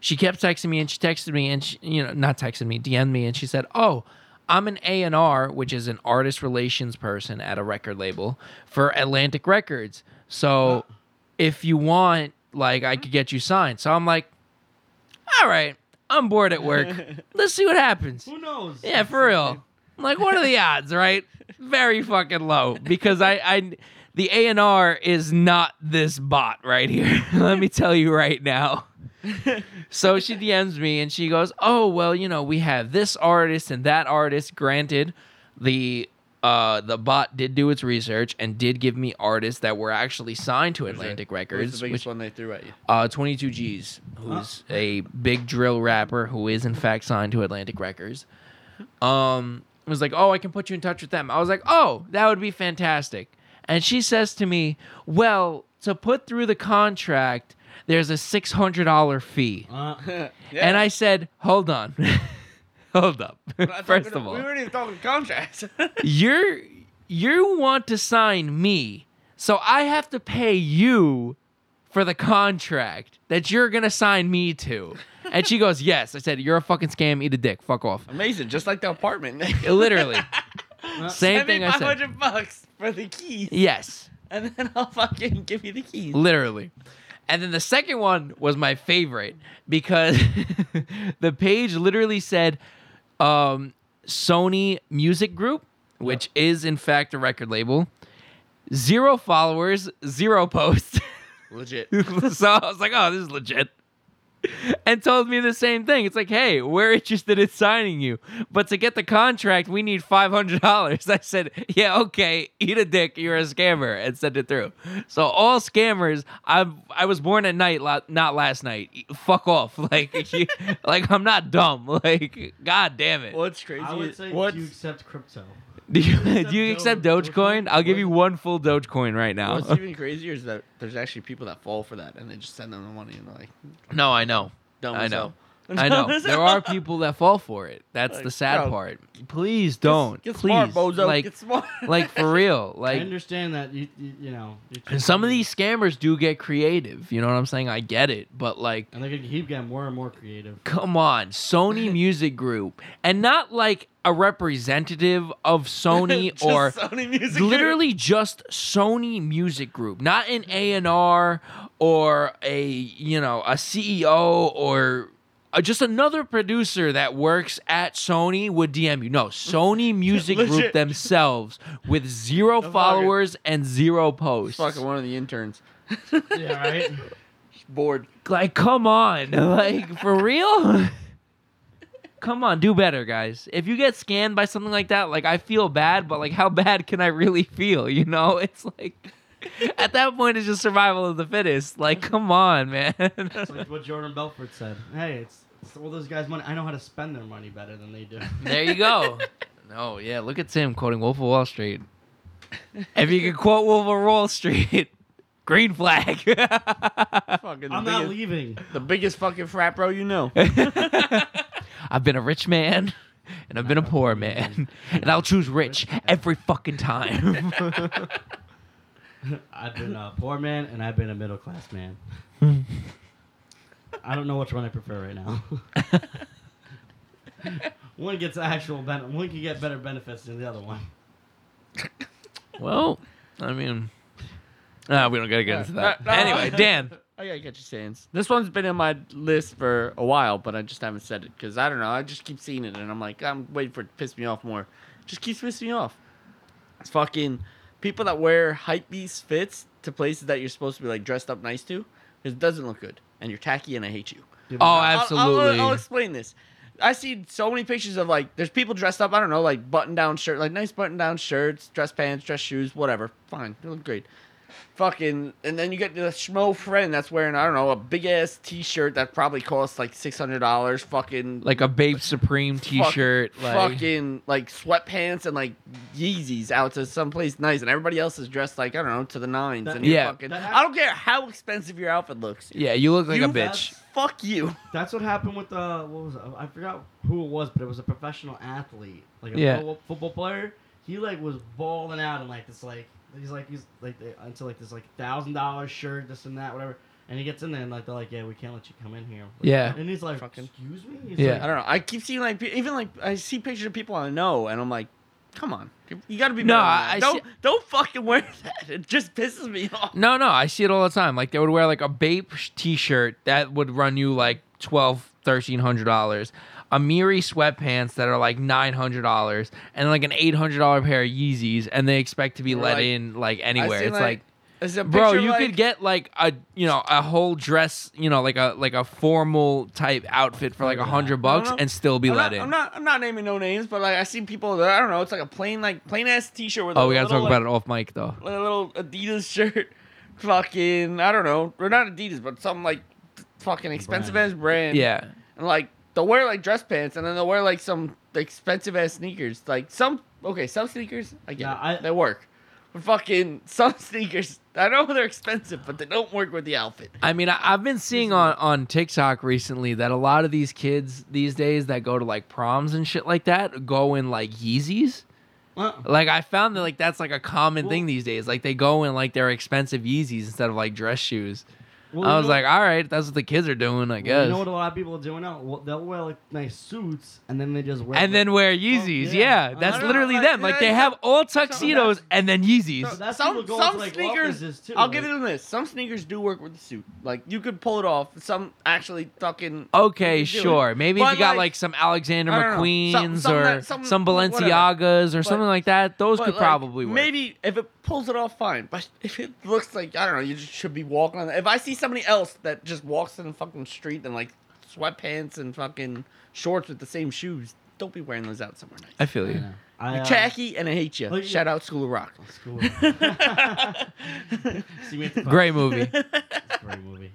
Speaker 3: she kept texting me and she texted me and she, you know not texted me, DM'd me and she said, "Oh, I'm an A and R, which is an artist relations person at a record label for Atlantic Records. So if you want, like, I could get you signed." So I'm like, "All right." I'm bored at work. Let's see what happens.
Speaker 4: Who knows?
Speaker 3: Yeah, for real. Like, what are the odds, right? Very fucking low because I, I, the A and R is not this bot right here. Let me tell you right now. So she DMs me and she goes, "Oh well, you know, we have this artist and that artist. Granted, the." Uh, the bot did do its research and did give me artists that were actually signed to
Speaker 2: Who's the-
Speaker 3: Atlantic
Speaker 2: Who's
Speaker 3: Records,
Speaker 2: the biggest
Speaker 3: which
Speaker 2: one they threw at you?
Speaker 3: uh, 22 G's, who's a big drill rapper who is in fact signed to Atlantic Records. Um, was like, oh, I can put you in touch with them. I was like, oh, that would be fantastic. And she says to me, well, to put through the contract, there's a six hundred dollar fee.
Speaker 4: Uh,
Speaker 2: Oh, Yeah.
Speaker 3: And I said, hold on, hold up.
Speaker 2: I thought
Speaker 3: First
Speaker 2: we-
Speaker 3: of all,
Speaker 2: we weren't even talking contracts.
Speaker 3: you're you want to sign me so i have to pay you for the contract that you're gonna sign me to and she goes yes i said you're a fucking scam eat a dick fuck off
Speaker 2: Amazing, just like the apartment.
Speaker 3: literally
Speaker 4: uh,
Speaker 3: same
Speaker 2: Send me
Speaker 3: thing i said
Speaker 2: 500 bucks for the keys,
Speaker 3: yes
Speaker 2: and then I'll fucking give you the keys.
Speaker 3: Literally. And then the second one was my favorite because the page literally said um, Sony Music Group, which is in fact a record label. Zero followers, zero posts.
Speaker 2: Legit.
Speaker 3: so I was like, oh, this is legit. And told me the same thing. It's like, hey, we're interested in signing you, but to get the contract, we need five hundred dollars. I said, yeah, okay, eat a dick, you're a scammer, and sent it through. So all scammers, I I was born at night, la- not last night. Fuck off, like, you, like I'm not dumb. Like, god damn it.
Speaker 2: What's crazy?
Speaker 4: I would
Speaker 2: is-
Speaker 4: say
Speaker 2: what's,
Speaker 4: do you accept crypto?
Speaker 3: do you,
Speaker 4: accept
Speaker 3: do you accept
Speaker 4: Doge-
Speaker 3: Dogecoin?
Speaker 4: Dogecoin?
Speaker 3: I'll give you one full Dogecoin right now.
Speaker 2: what's even crazier is that there's actually people that fall for that, and they just send them the money and they're like,
Speaker 3: No, I know.
Speaker 2: dumb
Speaker 3: I
Speaker 2: as
Speaker 3: know.
Speaker 2: hell.
Speaker 3: I know
Speaker 2: Dumb as
Speaker 3: there
Speaker 2: hell.
Speaker 3: are people that fall for it. That's the
Speaker 2: Like,
Speaker 3: sad
Speaker 2: bro,
Speaker 3: part. Please don't.
Speaker 2: Get
Speaker 3: Please,
Speaker 2: smart, bozo.
Speaker 3: like,
Speaker 2: get smart.
Speaker 3: like for real.
Speaker 4: I
Speaker 3: Like
Speaker 4: understand that you you, you know. you're
Speaker 3: and some of
Speaker 4: cheating.
Speaker 3: these scammers do get creative. You know what I'm saying? I get it, but like,
Speaker 4: and they're gonna keep getting more and more creative.
Speaker 3: come on, Sony Music Group, and not like a representative of Sony
Speaker 2: Just
Speaker 3: or
Speaker 2: Sony Music
Speaker 3: literally just Sony Music Group, not an A and R or a you know a CEO or uh, just another producer that works at Sony would DM you. No, Sony Music Group
Speaker 2: Legit.
Speaker 3: themselves with zero
Speaker 2: fucker.
Speaker 3: followers and zero
Speaker 2: Group.
Speaker 3: posts.
Speaker 2: Fucking one of the interns.
Speaker 4: yeah, right.
Speaker 2: Bored.
Speaker 3: Like, come on, like for real. come on, do better, guys. If you get scanned by something like that, like I feel bad, but like how bad can I really feel? You know, it's like at that point it's just survival of the fittest. Like, come on, man.
Speaker 4: It's like what Jordan Belfort said. Hey, it's, it's all those guys' money. I know how to spend their money better than they do.
Speaker 3: there you go. No, yeah, look at Tim quoting Wolf of Wall Street. If you could quote Wolf of Wall Street, green flag.
Speaker 2: Fucking the
Speaker 4: I'm not
Speaker 2: biggest,
Speaker 4: leaving.
Speaker 2: the biggest fucking frat bro you know.
Speaker 3: I've been a rich man and I've been a poor man, and I'll choose rich every fucking time.
Speaker 4: I've been a poor man and I've been a middle class man. I don't know which one I prefer right now. one gets actual benefit. One can get better benefits than the other one.
Speaker 3: well, I mean, ah, we don't gotta get into that.
Speaker 2: Uh, no.
Speaker 3: Anyway, Dan,
Speaker 2: I gotta get your sayings. This one's been in my list for a while, but I just haven't said it because I don't know. I just keep seeing it, and I'm like, I'm waiting for it to piss me off more. Just keeps pissing me off. It's fucking people that wear hype beast fits to places that you're supposed to be like dressed up nice to. It doesn't look good, and you're tacky, and I hate you.
Speaker 4: Give
Speaker 3: Oh,
Speaker 4: me-
Speaker 3: I-
Speaker 2: I'll- I'll,
Speaker 3: Absolutely.
Speaker 2: I'll, explain this. I see so many pictures of like there's people dressed up. I don't know, like button down shirt, like nice button down shirts, dress pants, dress shoes, whatever. Fine, they look great. Fucking, and then you get the schmo friend that's wearing I don't know a big ass t shirt that probably costs like six hundred dollars. Fucking
Speaker 3: like a Babe Supreme
Speaker 2: fuck-
Speaker 3: T-shirt, like
Speaker 2: fucking like sweatpants and like Yeezys out to someplace nice, and everybody else is dressed like I don't know to the nines.
Speaker 4: That-
Speaker 2: and you're
Speaker 3: Yeah.
Speaker 2: fucking,
Speaker 4: That-
Speaker 2: I don't care how expensive your outfit looks.
Speaker 3: yeah, you look like a
Speaker 2: You-
Speaker 3: bitch.
Speaker 2: Fuck you.
Speaker 4: That's what happened with uh, what was it? I forgot who it was, but it was a professional athlete, like a
Speaker 3: Yeah.
Speaker 4: fo- football player. He like was balling out and like this like he's like he's like they- into like this like thousand dollar shirt, this and that, whatever. And he gets in there and like they're like, yeah, we can't let you come in here.
Speaker 3: Yeah.
Speaker 4: And he's like,
Speaker 2: Fucking-
Speaker 4: excuse me. He's
Speaker 3: Yeah.
Speaker 4: like,
Speaker 2: I don't know. I keep seeing like pe- even like I see pictures of people I know, and I'm like, come on, you gotta be
Speaker 3: No,
Speaker 2: better than
Speaker 3: I-
Speaker 2: that.
Speaker 3: I
Speaker 2: don't don't fucking wear that. It just pisses me off.
Speaker 3: No, no, I see it all the time. Like they would wear like a Bape sh- T-shirt that would run you like twelve, thirteen hundred dollars, a Miri sweatpants that are like nine hundred dollars, and like an eight hundred dollar pair of Yeezys, and they expect to be
Speaker 2: Or,
Speaker 3: let
Speaker 2: like-
Speaker 3: in like
Speaker 2: I
Speaker 3: anywhere.
Speaker 2: see,
Speaker 3: It's like.
Speaker 2: it's a
Speaker 3: Bro,
Speaker 2: picture,
Speaker 3: you
Speaker 2: like-
Speaker 3: could get like a you know a whole dress, you know, like a like a formal type outfit for like a hundred bucks
Speaker 2: no.
Speaker 3: and still be
Speaker 2: I'm
Speaker 3: let
Speaker 2: not, I'm
Speaker 3: in.
Speaker 2: not. I'm not naming no names, but like I see people that I don't know. It's like a plain like plain ass T-shirt with.
Speaker 3: Oh,
Speaker 2: a
Speaker 3: we gotta
Speaker 2: little,
Speaker 3: talk about it off mic though.
Speaker 2: like, A little Adidas shirt, fucking I don't know, or not Adidas, but some like fucking expensive
Speaker 4: Brand.
Speaker 2: ass brand.
Speaker 3: Yeah,
Speaker 2: and like they'll wear like dress pants and then they'll wear like some expensive ass sneakers. Like some okay, some sneakers I get
Speaker 4: Yeah,
Speaker 2: it.
Speaker 4: I-
Speaker 2: they work. But fucking some sneakers I know they're expensive, but they don't work with the outfit.
Speaker 3: I mean, I, I've been seeing on, on TikTok recently that a lot of these kids these days that go to like proms and shit like that go in like Yeezys.
Speaker 4: Uh,
Speaker 3: Like I found that like that's like a common thing
Speaker 4: Well-
Speaker 3: these days. Like they go in like their expensive Yeezys instead of like dress shoes.
Speaker 4: well,
Speaker 3: I
Speaker 4: you
Speaker 3: was
Speaker 4: know-
Speaker 3: like, all right, that's what the kids are doing, I
Speaker 4: well,
Speaker 3: guess.
Speaker 4: You know what a lot of people are doing now? Well, they'll wear like nice suits and then they just wear.
Speaker 3: and then wear Yeezys.
Speaker 4: yeah.
Speaker 3: yeah.
Speaker 4: I
Speaker 3: that's
Speaker 2: don't know,
Speaker 3: literally
Speaker 2: like,
Speaker 3: them.
Speaker 2: you
Speaker 3: Like
Speaker 2: know,
Speaker 3: they
Speaker 2: some-
Speaker 3: have all tuxedos and then Yeezys.
Speaker 4: So that's
Speaker 2: some
Speaker 4: people going
Speaker 2: some
Speaker 4: to, like,
Speaker 2: sneakers.
Speaker 4: Walker's too,
Speaker 2: I'll
Speaker 4: like-
Speaker 2: give you this. Some sneakers do work with the suit. Like you could pull it off. Some actually fucking
Speaker 3: okay,
Speaker 2: you do it.
Speaker 3: sure. Maybe if
Speaker 2: But,
Speaker 3: you got
Speaker 2: like-
Speaker 3: like, some Alexander
Speaker 2: I don't know,
Speaker 3: McQueens
Speaker 2: some- some
Speaker 3: or
Speaker 2: that- some-
Speaker 3: some
Speaker 2: whatever.
Speaker 3: Balenciagas or something like that, those
Speaker 2: but,
Speaker 3: could
Speaker 2: like,
Speaker 3: probably work.
Speaker 2: Maybe if it pulls it off, fine. But if it looks like I don't know, you just should be walking on. If I see somebody else that just walks in the fucking street in like sweatpants and fucking shorts with the same shoes, don't be wearing those out somewhere nice.
Speaker 3: I feel you.
Speaker 4: I,
Speaker 2: You're
Speaker 4: uh,
Speaker 2: tacky and I hate you.
Speaker 4: like-
Speaker 2: Shout out School of Rock.
Speaker 4: That's cool. See, we have to talk-
Speaker 3: Great movie.
Speaker 4: It's a Great movie.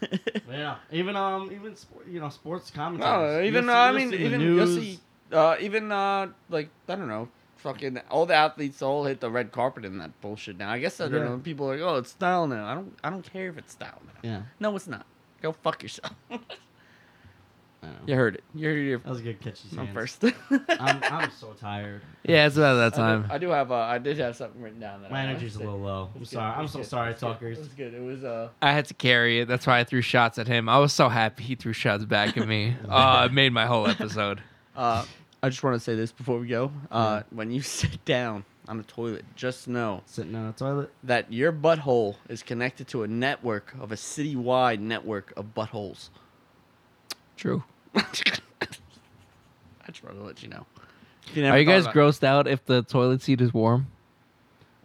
Speaker 4: But yeah, even um, even sport, you know, sports commentators.
Speaker 3: Oh,
Speaker 2: No,
Speaker 4: You'll
Speaker 2: even
Speaker 4: see-
Speaker 2: uh, I
Speaker 4: you'll
Speaker 2: mean,
Speaker 4: see the
Speaker 2: even you'll
Speaker 4: news.
Speaker 2: see, uh, even uh, like I don't know, fucking all the athletes all hit the red carpet in that bullshit. Now I guess I don't
Speaker 4: Yeah.
Speaker 2: know. People are like, oh, it's style now. I don't, I don't care if it's style now.
Speaker 4: Yeah,
Speaker 2: No, it's not. Go fuck yourself.
Speaker 4: I know.
Speaker 2: You heard it. You heard it
Speaker 4: that was a good catchy.
Speaker 2: from
Speaker 4: Sands.
Speaker 2: first.
Speaker 4: I'm, I'm so tired.
Speaker 3: Yeah, it's about that
Speaker 2: I, do,
Speaker 3: time.
Speaker 2: I do have. Uh, I did have something written down. That
Speaker 4: My
Speaker 2: I
Speaker 4: energy's a
Speaker 2: wanted to
Speaker 4: little low.
Speaker 2: say. It
Speaker 4: I'm
Speaker 2: was good,
Speaker 4: sorry.
Speaker 2: it
Speaker 4: I'm
Speaker 2: was
Speaker 4: so
Speaker 2: good, it was
Speaker 4: sorry,
Speaker 2: good,
Speaker 4: talkers.
Speaker 2: It was good. It was uh.
Speaker 3: I had to carry it. That's why I threw shots at him. I was so happy he threw shots back at me. Uh, it made my whole episode.
Speaker 2: Uh, I just want to say this before we go. Uh, when you sit down on the toilet, just know
Speaker 4: Sitting on a toilet.
Speaker 2: that your butthole is connected to a network of a citywide network of buttholes.
Speaker 3: True.
Speaker 2: I just want to let you know. If never
Speaker 3: Are you
Speaker 2: thought
Speaker 3: guys
Speaker 2: about it.
Speaker 3: grossed out if the toilet seat is warm?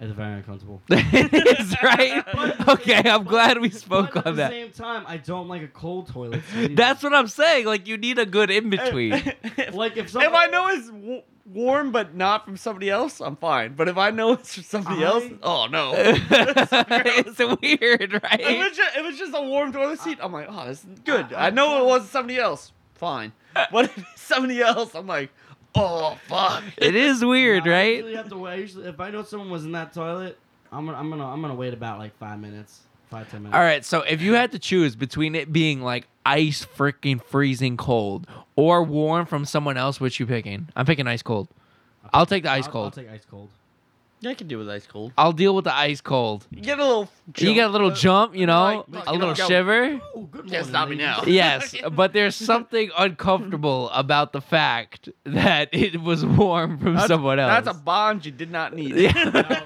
Speaker 4: It's very uncomfortable.
Speaker 3: it is, right?
Speaker 4: But-
Speaker 3: Okay, I'm glad we spoke
Speaker 4: but
Speaker 3: on
Speaker 4: At
Speaker 3: that.
Speaker 4: the same time, I don't like a cold toilet.
Speaker 3: That's what I'm saying. Like, you need a good in between.
Speaker 4: like if
Speaker 2: if I
Speaker 4: someone
Speaker 2: know it's w- warm but not from somebody else, I'm fine. But if I know it's from somebody
Speaker 4: I-
Speaker 2: else, oh no. That's so gross.
Speaker 3: it's weird,
Speaker 2: It
Speaker 3: right?
Speaker 2: was, just, it was just a warm toilet seat. I'm like, oh, this is good.
Speaker 4: I-
Speaker 2: I know it wasn't somebody else. Fine. But if it's somebody else, I'm like, oh, fuck.
Speaker 3: It is weird,
Speaker 4: I
Speaker 3: right?
Speaker 4: usually have to wait. I usually- if I know someone was in that toilet, I'm gonna, I'm gonna, I'm gonna wait about like five minutes, five ten minutes.
Speaker 3: All right, so if you had to choose between it being like ice freaking freezing cold or warm from someone else, which you picking? I'm picking ice cold. I'll take the ice
Speaker 4: I'll-
Speaker 3: cold.
Speaker 4: I'll take ice cold.
Speaker 2: Yeah, I can deal with ice cold.
Speaker 3: I'll deal with the ice cold.
Speaker 2: You get a little.
Speaker 3: You get a little jump, you know,
Speaker 2: Uh, like,
Speaker 3: a
Speaker 2: you
Speaker 3: little
Speaker 2: know, go-
Speaker 3: shiver.
Speaker 4: Ooh, good
Speaker 2: Can't stop me now.
Speaker 3: Yes, but there's something uncomfortable about the fact that it was warm from someone else.
Speaker 2: That's a bond you did not need.
Speaker 3: Yeah.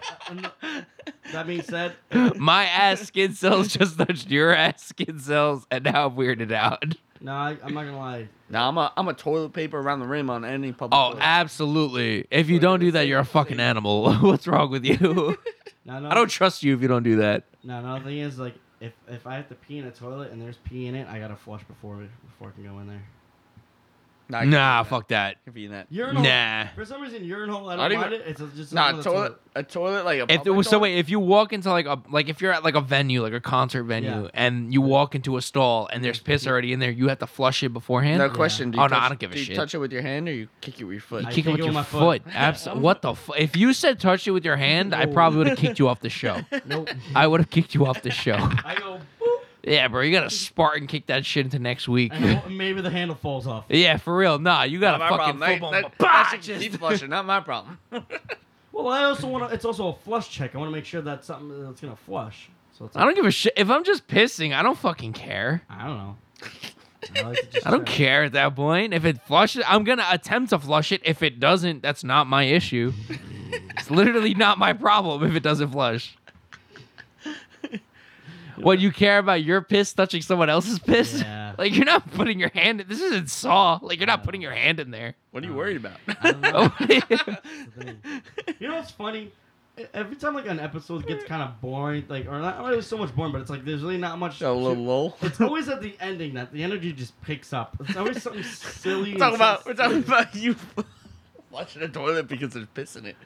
Speaker 4: that being said,
Speaker 3: My ass skin cells just touched your ass skin cells, and now I'm weirded out.
Speaker 4: no, I, I'm not gonna lie.
Speaker 2: Nah, I'm a, I'm a toilet paper around the rim on any public.
Speaker 3: Oh,
Speaker 2: toilet.
Speaker 3: absolutely. If you don't do that, you're a fucking animal. What's wrong with you?
Speaker 4: No, no,
Speaker 3: I don't trust you if you don't do that.
Speaker 4: No, another thing is like if if I have to pee in a toilet and there's pee in it, I gotta flush before it- before I can go in there.
Speaker 2: Nah, I can't do
Speaker 3: Nah,
Speaker 2: that.
Speaker 3: fuck that.
Speaker 2: I can't be in that.
Speaker 4: Urinal.
Speaker 3: Nah.
Speaker 4: For some reason, urinal. I
Speaker 2: I
Speaker 4: don't
Speaker 2: don't
Speaker 4: mind
Speaker 2: even-
Speaker 4: it. It's a- just
Speaker 2: Nah,
Speaker 4: another
Speaker 2: a toilet, a toilet like a.
Speaker 3: If it
Speaker 2: public
Speaker 3: was so
Speaker 2: toilet?
Speaker 3: wait, if you walk into like a like if you're at like a venue, like a concert venue,
Speaker 4: Yeah.
Speaker 3: and you walk into a stall and there's piss already in there, you have to flush it beforehand.
Speaker 2: No question. Do you
Speaker 3: Oh, no,
Speaker 2: touch,
Speaker 3: I don't give a
Speaker 2: do you
Speaker 3: shit.
Speaker 2: touch it with your hand or you kick it with your foot?
Speaker 3: You
Speaker 4: I
Speaker 3: kick it
Speaker 4: kick
Speaker 3: with
Speaker 4: it
Speaker 3: your
Speaker 4: with my
Speaker 3: foot.
Speaker 4: foot.
Speaker 3: Absolutely. what the fu- If you said touch it with your hand, I
Speaker 4: No.
Speaker 3: probably would have kicked you off the show.
Speaker 4: Nope.
Speaker 3: I would have kicked you off the show.
Speaker 4: I go. Boop,
Speaker 3: Yeah, bro, you gotta Spartan kick that shit into next week.
Speaker 4: and ho- maybe the handle falls off.
Speaker 3: Yeah, for real. Nah, you
Speaker 2: Not
Speaker 3: gotta
Speaker 2: my
Speaker 3: fucking
Speaker 2: problem. They-
Speaker 3: football.
Speaker 2: they-
Speaker 3: him.
Speaker 2: that's
Speaker 3: Bah,
Speaker 2: a
Speaker 3: just-
Speaker 2: deep flusher, not my problem.
Speaker 4: Well, I also want to. It's also a flush check. I want to make sure that's something that's gonna flush. So it's.
Speaker 3: I don't give a shit. If I'm just pissing, I don't fucking care.
Speaker 4: I don't know. I, like to just
Speaker 3: I don't
Speaker 4: check.
Speaker 3: care at that point. If it flushes, I'm gonna attempt to flush it. If it doesn't, that's not my issue. it's literally not my problem if it doesn't flush. What you care about your piss touching someone else's piss?
Speaker 4: Yeah.
Speaker 3: Like you're not putting your hand. In, this isn't Saw. Like you're not putting your hand in there.
Speaker 2: What are you worried about?
Speaker 4: I don't know.
Speaker 3: Oh,
Speaker 4: the thing. You know what's funny? E- Every time like an episode gets kind of boring, like or not, not really so much boring, but it's like there's really not much.
Speaker 2: a little
Speaker 4: to-
Speaker 2: lull.
Speaker 4: It's always at the ending that the energy just picks up. It's always something silly.
Speaker 2: We're
Speaker 4: and
Speaker 2: talking about we're
Speaker 4: something
Speaker 2: talking
Speaker 4: stupid.
Speaker 2: about you flushing the toilet because there's piss in it.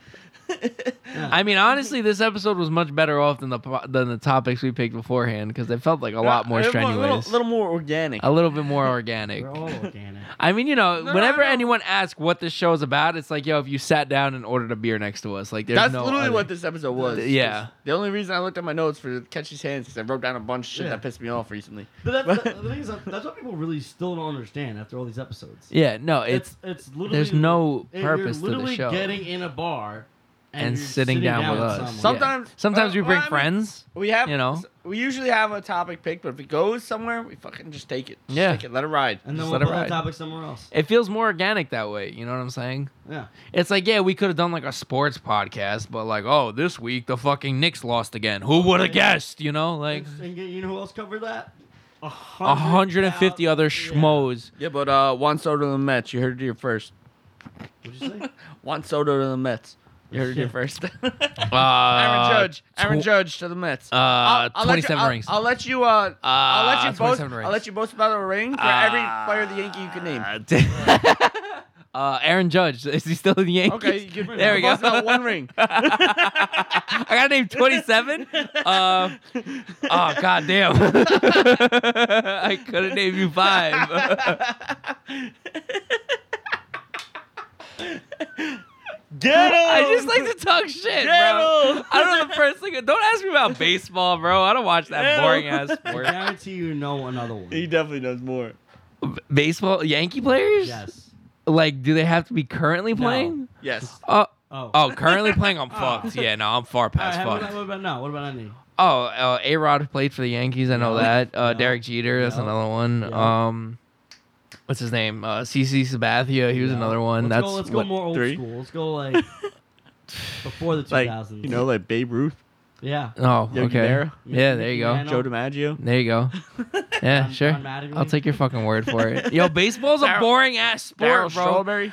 Speaker 4: Yeah.
Speaker 3: I mean, honestly, this episode was much better off than the po- than the topics we picked beforehand because it felt like a lot more
Speaker 2: A Uh, little-
Speaker 3: strenuous,
Speaker 2: A little, little more organic.
Speaker 3: a little bit more organic.
Speaker 4: We're all organic.
Speaker 3: I mean, you know,
Speaker 2: No, no,
Speaker 3: whenever
Speaker 2: no.
Speaker 3: anyone asks what this show is about, it's like, yo, if you sat down and ordered a beer next to us, like, there's
Speaker 2: That's
Speaker 3: no
Speaker 2: literally
Speaker 3: other-
Speaker 2: what this episode was.
Speaker 3: Th- yeah.
Speaker 2: The only reason I looked at my notes for Catchy's hands is I wrote down a bunch of shit
Speaker 4: Yeah.
Speaker 2: that pissed me off recently.
Speaker 4: But that's, the, the thing is, that- that's what people really still don't understand after all these episodes.
Speaker 3: Yeah, no, it's
Speaker 4: it's literally
Speaker 3: there's no
Speaker 4: it-
Speaker 3: purpose
Speaker 4: you're
Speaker 3: to the
Speaker 4: literally
Speaker 3: show.
Speaker 4: Getting in a bar and,
Speaker 3: and
Speaker 4: you're
Speaker 3: sitting, down, with us.
Speaker 4: someone.
Speaker 2: Sometimes- uh,
Speaker 3: Yeah. sometimes we
Speaker 2: well,
Speaker 3: bring
Speaker 2: I mean-
Speaker 3: friends.
Speaker 2: We have,
Speaker 3: You know?
Speaker 2: we usually have a topic picked, but if it goes somewhere, we fucking just take it. Just
Speaker 3: Yeah.
Speaker 2: take it, let it ride.
Speaker 4: and then
Speaker 3: Just
Speaker 4: we'll
Speaker 3: let it
Speaker 4: put the
Speaker 3: ride.
Speaker 4: topic somewhere else.
Speaker 3: It feels more organic that way. You know what I'm saying?
Speaker 4: Yeah.
Speaker 3: It's like, yeah, we could have done like a sports podcast, but like, oh, this week the fucking Knicks lost again. Who would have guessed? You know, like
Speaker 4: and, and get- you know who else covered that? A hundred
Speaker 3: 150
Speaker 4: thou-
Speaker 3: other
Speaker 4: yeah.
Speaker 3: schmoes.
Speaker 2: Yeah, but uh, Juan Soto to the Mets. You heard it here first.
Speaker 4: What'd you say?
Speaker 2: Juan Soto to the Mets. You heard it here
Speaker 4: Yeah.
Speaker 2: first.
Speaker 3: Uh,
Speaker 2: Aaron Judge. Aaron
Speaker 3: tw-
Speaker 2: Judge to the Mets.
Speaker 3: Uh,
Speaker 2: I'll- I'll let you-
Speaker 3: 27
Speaker 2: I'll-
Speaker 3: rings.
Speaker 2: I'll let you. Uh, I'll let
Speaker 3: Uh,
Speaker 2: you both. I'll
Speaker 3: 27
Speaker 2: let
Speaker 3: rings. Uh,
Speaker 2: you both spell a ring for every player of the Yankee you can name.
Speaker 3: name. uh, Aaron Judge. Is he still in the Yankees?
Speaker 2: Okay, you can,
Speaker 3: There we go.
Speaker 2: both spell one ring.
Speaker 3: I got a name 27. Uh, oh, god damn. I could have named you five.
Speaker 2: Get him!
Speaker 3: I just like to talk shit, bro. I don't know the first thing. Don't ask me about baseball, bro. I don't watch that
Speaker 2: Ew.
Speaker 3: boring ass
Speaker 4: I
Speaker 3: sport.
Speaker 4: guarantee you know another
Speaker 2: He
Speaker 4: one.
Speaker 2: definitely knows more.
Speaker 3: B- Baseball, Yankee players?
Speaker 4: Yes.
Speaker 3: Like, do they have to be currently playing?
Speaker 2: Yes.
Speaker 3: Oh,
Speaker 4: Oh.
Speaker 3: oh, currently playing. I'm
Speaker 4: Ah.
Speaker 3: fucked. Yeah, no, I'm far
Speaker 4: All
Speaker 3: past
Speaker 4: right, what,
Speaker 3: fucked.
Speaker 4: about, what about now? What about any?
Speaker 3: Oh, uh, A Rod played for the Yankees. I know
Speaker 4: Yeah.
Speaker 3: that. Uh,
Speaker 4: Yeah.
Speaker 3: Derek Jeter. That's
Speaker 4: Yeah.
Speaker 3: another one.
Speaker 4: Yeah.
Speaker 3: Um, what's his name? Uh, CC Sabathia. He was
Speaker 4: No.
Speaker 3: another one.
Speaker 4: Let's
Speaker 3: that's
Speaker 4: go, let's
Speaker 3: what-
Speaker 4: go more old
Speaker 2: three?
Speaker 4: school. Let's go like before the 2000s.
Speaker 2: like Babe Ruth.
Speaker 4: Yeah.
Speaker 3: Oh,
Speaker 2: Yogi
Speaker 3: okay.
Speaker 2: Berra?
Speaker 3: Yeah, there you go.
Speaker 4: Man.
Speaker 2: Joe DiMaggio.
Speaker 3: There you go. Yeah,
Speaker 4: John-
Speaker 3: sure.
Speaker 4: John Mattingly?
Speaker 3: I'll take your fucking word for it. Yo, baseball's a
Speaker 2: Darryl-
Speaker 3: boring ass
Speaker 2: Daryl
Speaker 3: sport, bro.
Speaker 2: Strawberry.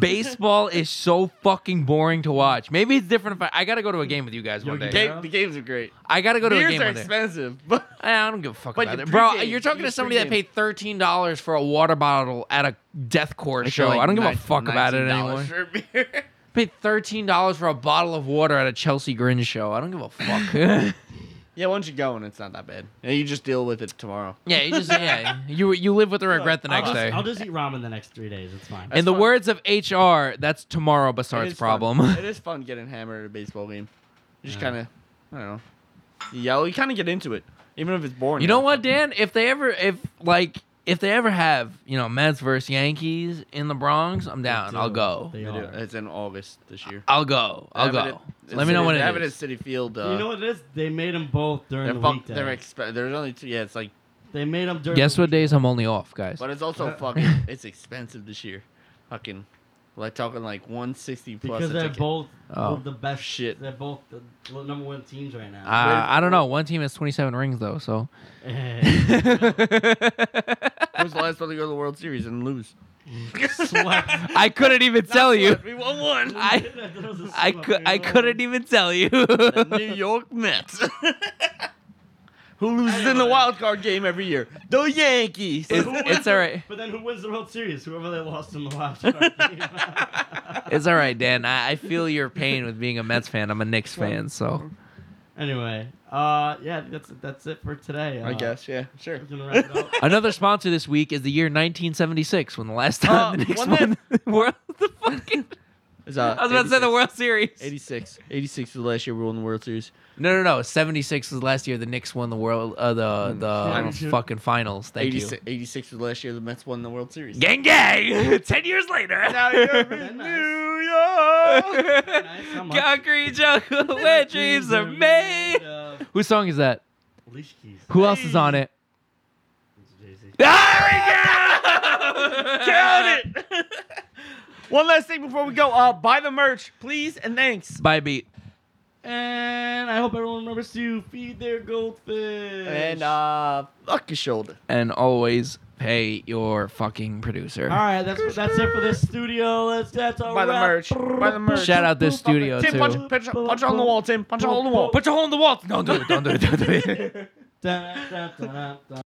Speaker 3: Baseball is so fucking boring to watch. Maybe it's different if I, I gotta go to a game with you guys one
Speaker 4: Yogi
Speaker 3: day.
Speaker 4: Berra?
Speaker 2: Game, the games are great.
Speaker 3: I gotta go to a
Speaker 2: Beers
Speaker 3: game
Speaker 2: are
Speaker 3: one day.
Speaker 2: expensive, but
Speaker 3: Eh, I don't give a fuck
Speaker 2: But
Speaker 3: about
Speaker 2: you
Speaker 3: it, bro.
Speaker 2: pregame-
Speaker 3: You're talking
Speaker 2: you
Speaker 3: to somebody that
Speaker 2: pregame.
Speaker 3: paid thirteen dollars for a water bottle at a deathcore show. I don't give a fuck about it anymore. Paid thirteen dollars for a bottle of water at a Chelsea Grin show. I don't give a fuck.
Speaker 2: yeah, once you go and it's not that bad. Yeah, you just deal with it tomorrow.
Speaker 3: yeah, you just yeah, you you live with the regret the
Speaker 4: I'll
Speaker 3: next
Speaker 4: just-
Speaker 3: day.
Speaker 4: I'll just eat ramen the next three days. It's fine.
Speaker 3: In the
Speaker 2: fun.
Speaker 3: words of HR, that's tomorrow
Speaker 2: It
Speaker 3: Bassard's
Speaker 2: is fun.
Speaker 3: problem.
Speaker 2: it is fun getting hammered at a baseball game. You just
Speaker 4: Yeah.
Speaker 2: kind of, I don't know. You yell. You kind of get into it, even if it's boring.
Speaker 3: You know what, Dan? If they ever, if like, if they ever have, you know, Mets versus Yankees in the Bronx, I'm down.
Speaker 4: do.
Speaker 3: I'll go.
Speaker 4: They
Speaker 2: They do.
Speaker 4: are.
Speaker 2: It's in August this year.
Speaker 3: I'll go. I'll
Speaker 2: They have it
Speaker 3: go.
Speaker 2: at- it's
Speaker 3: Let me know
Speaker 2: in-
Speaker 3: when
Speaker 2: they have
Speaker 3: it is.
Speaker 2: at City Field. Uh,
Speaker 4: you know what it is? They made them both during
Speaker 2: they're
Speaker 4: the
Speaker 2: fuck,
Speaker 4: weekday.
Speaker 2: they're exp- There's only two. Yeah, it's like,
Speaker 4: They made them during.
Speaker 3: Guess
Speaker 4: the
Speaker 3: what days I'm only off, guys?
Speaker 2: but it's also
Speaker 4: Uh,
Speaker 2: fucking. It's expensive this year. Fucking, like talking like 160 plus.
Speaker 4: Because
Speaker 2: a
Speaker 4: they're
Speaker 2: ticket.
Speaker 4: both
Speaker 3: Oh.
Speaker 4: the best.
Speaker 2: Shit.
Speaker 4: They're both the the number one teams right now.
Speaker 3: Uh, I don't know. One team has 27 rings though, so.
Speaker 2: Who's the last one to go to the World Series and lose?
Speaker 4: Swept.
Speaker 3: I couldn't even tell you.
Speaker 2: We won one.
Speaker 3: I
Speaker 4: That was a
Speaker 3: I
Speaker 4: swept.
Speaker 3: could I
Speaker 4: You're
Speaker 3: couldn't
Speaker 4: right.
Speaker 3: even tell you.
Speaker 2: The New York Mets. Who loses in the
Speaker 4: Anyway.
Speaker 2: wild card game every year? The Yankees.
Speaker 3: It's-
Speaker 4: Who wins
Speaker 3: it's
Speaker 4: the-
Speaker 3: alright.
Speaker 4: But then who wins the World Series? Whoever they lost in the wild card game.
Speaker 3: it's all right, Dan. I, I feel your pain with being a Mets fan. I'm a Knicks fan, so.
Speaker 4: anyway, uh, yeah, that's that's it for today. Uh,
Speaker 2: I guess, yeah, sure.
Speaker 4: We're gonna wrap it up.
Speaker 3: Another sponsor this week is the year 1976, when the last
Speaker 2: Uh,
Speaker 3: time the Knicks
Speaker 2: one
Speaker 3: won the World the fucking.
Speaker 2: It's, uh,
Speaker 3: I was about to say the
Speaker 2: 86.
Speaker 3: World Series.
Speaker 2: 86. 86 was the last year we won the World Series.
Speaker 3: No, no, no. 76 was last year. The Knicks won the world, uh, the the
Speaker 4: Championship.
Speaker 3: fucking finals. Thank
Speaker 2: 86, 86 was the last year the Mets won the World Series.
Speaker 3: you. Gang, gang. Ten years
Speaker 2: Now you're
Speaker 3: later.
Speaker 2: in
Speaker 4: Nice.
Speaker 2: New York.
Speaker 4: Nice, how much?
Speaker 3: Concrete jungle where dreams are made.
Speaker 4: of
Speaker 3: Whose song is that?
Speaker 4: Leash keys.
Speaker 3: Who else is on it?
Speaker 4: Jay-Z.
Speaker 3: There we go.
Speaker 2: Count it. One last thing before we go. Uh, buy the merch, please and thanks.
Speaker 3: By beat.
Speaker 4: And I hope everyone remembers to feed their goldfish.
Speaker 2: And uh, fuck your shoulder.
Speaker 3: And always pay your fucking producer.
Speaker 4: all right, that's that's it for this studio. Let's that's all.
Speaker 2: Buy the
Speaker 4: wrap.
Speaker 2: merch. Buy the merch.
Speaker 3: Shout out this studio
Speaker 2: Tim,
Speaker 3: too.
Speaker 2: punch, punch, punch on the wall, Tim. Punch a hole in the wall.
Speaker 3: Put your hole in the wall. Don't do it. Don't do it. Don't do it.
Speaker 4: Da-da-da-da-da.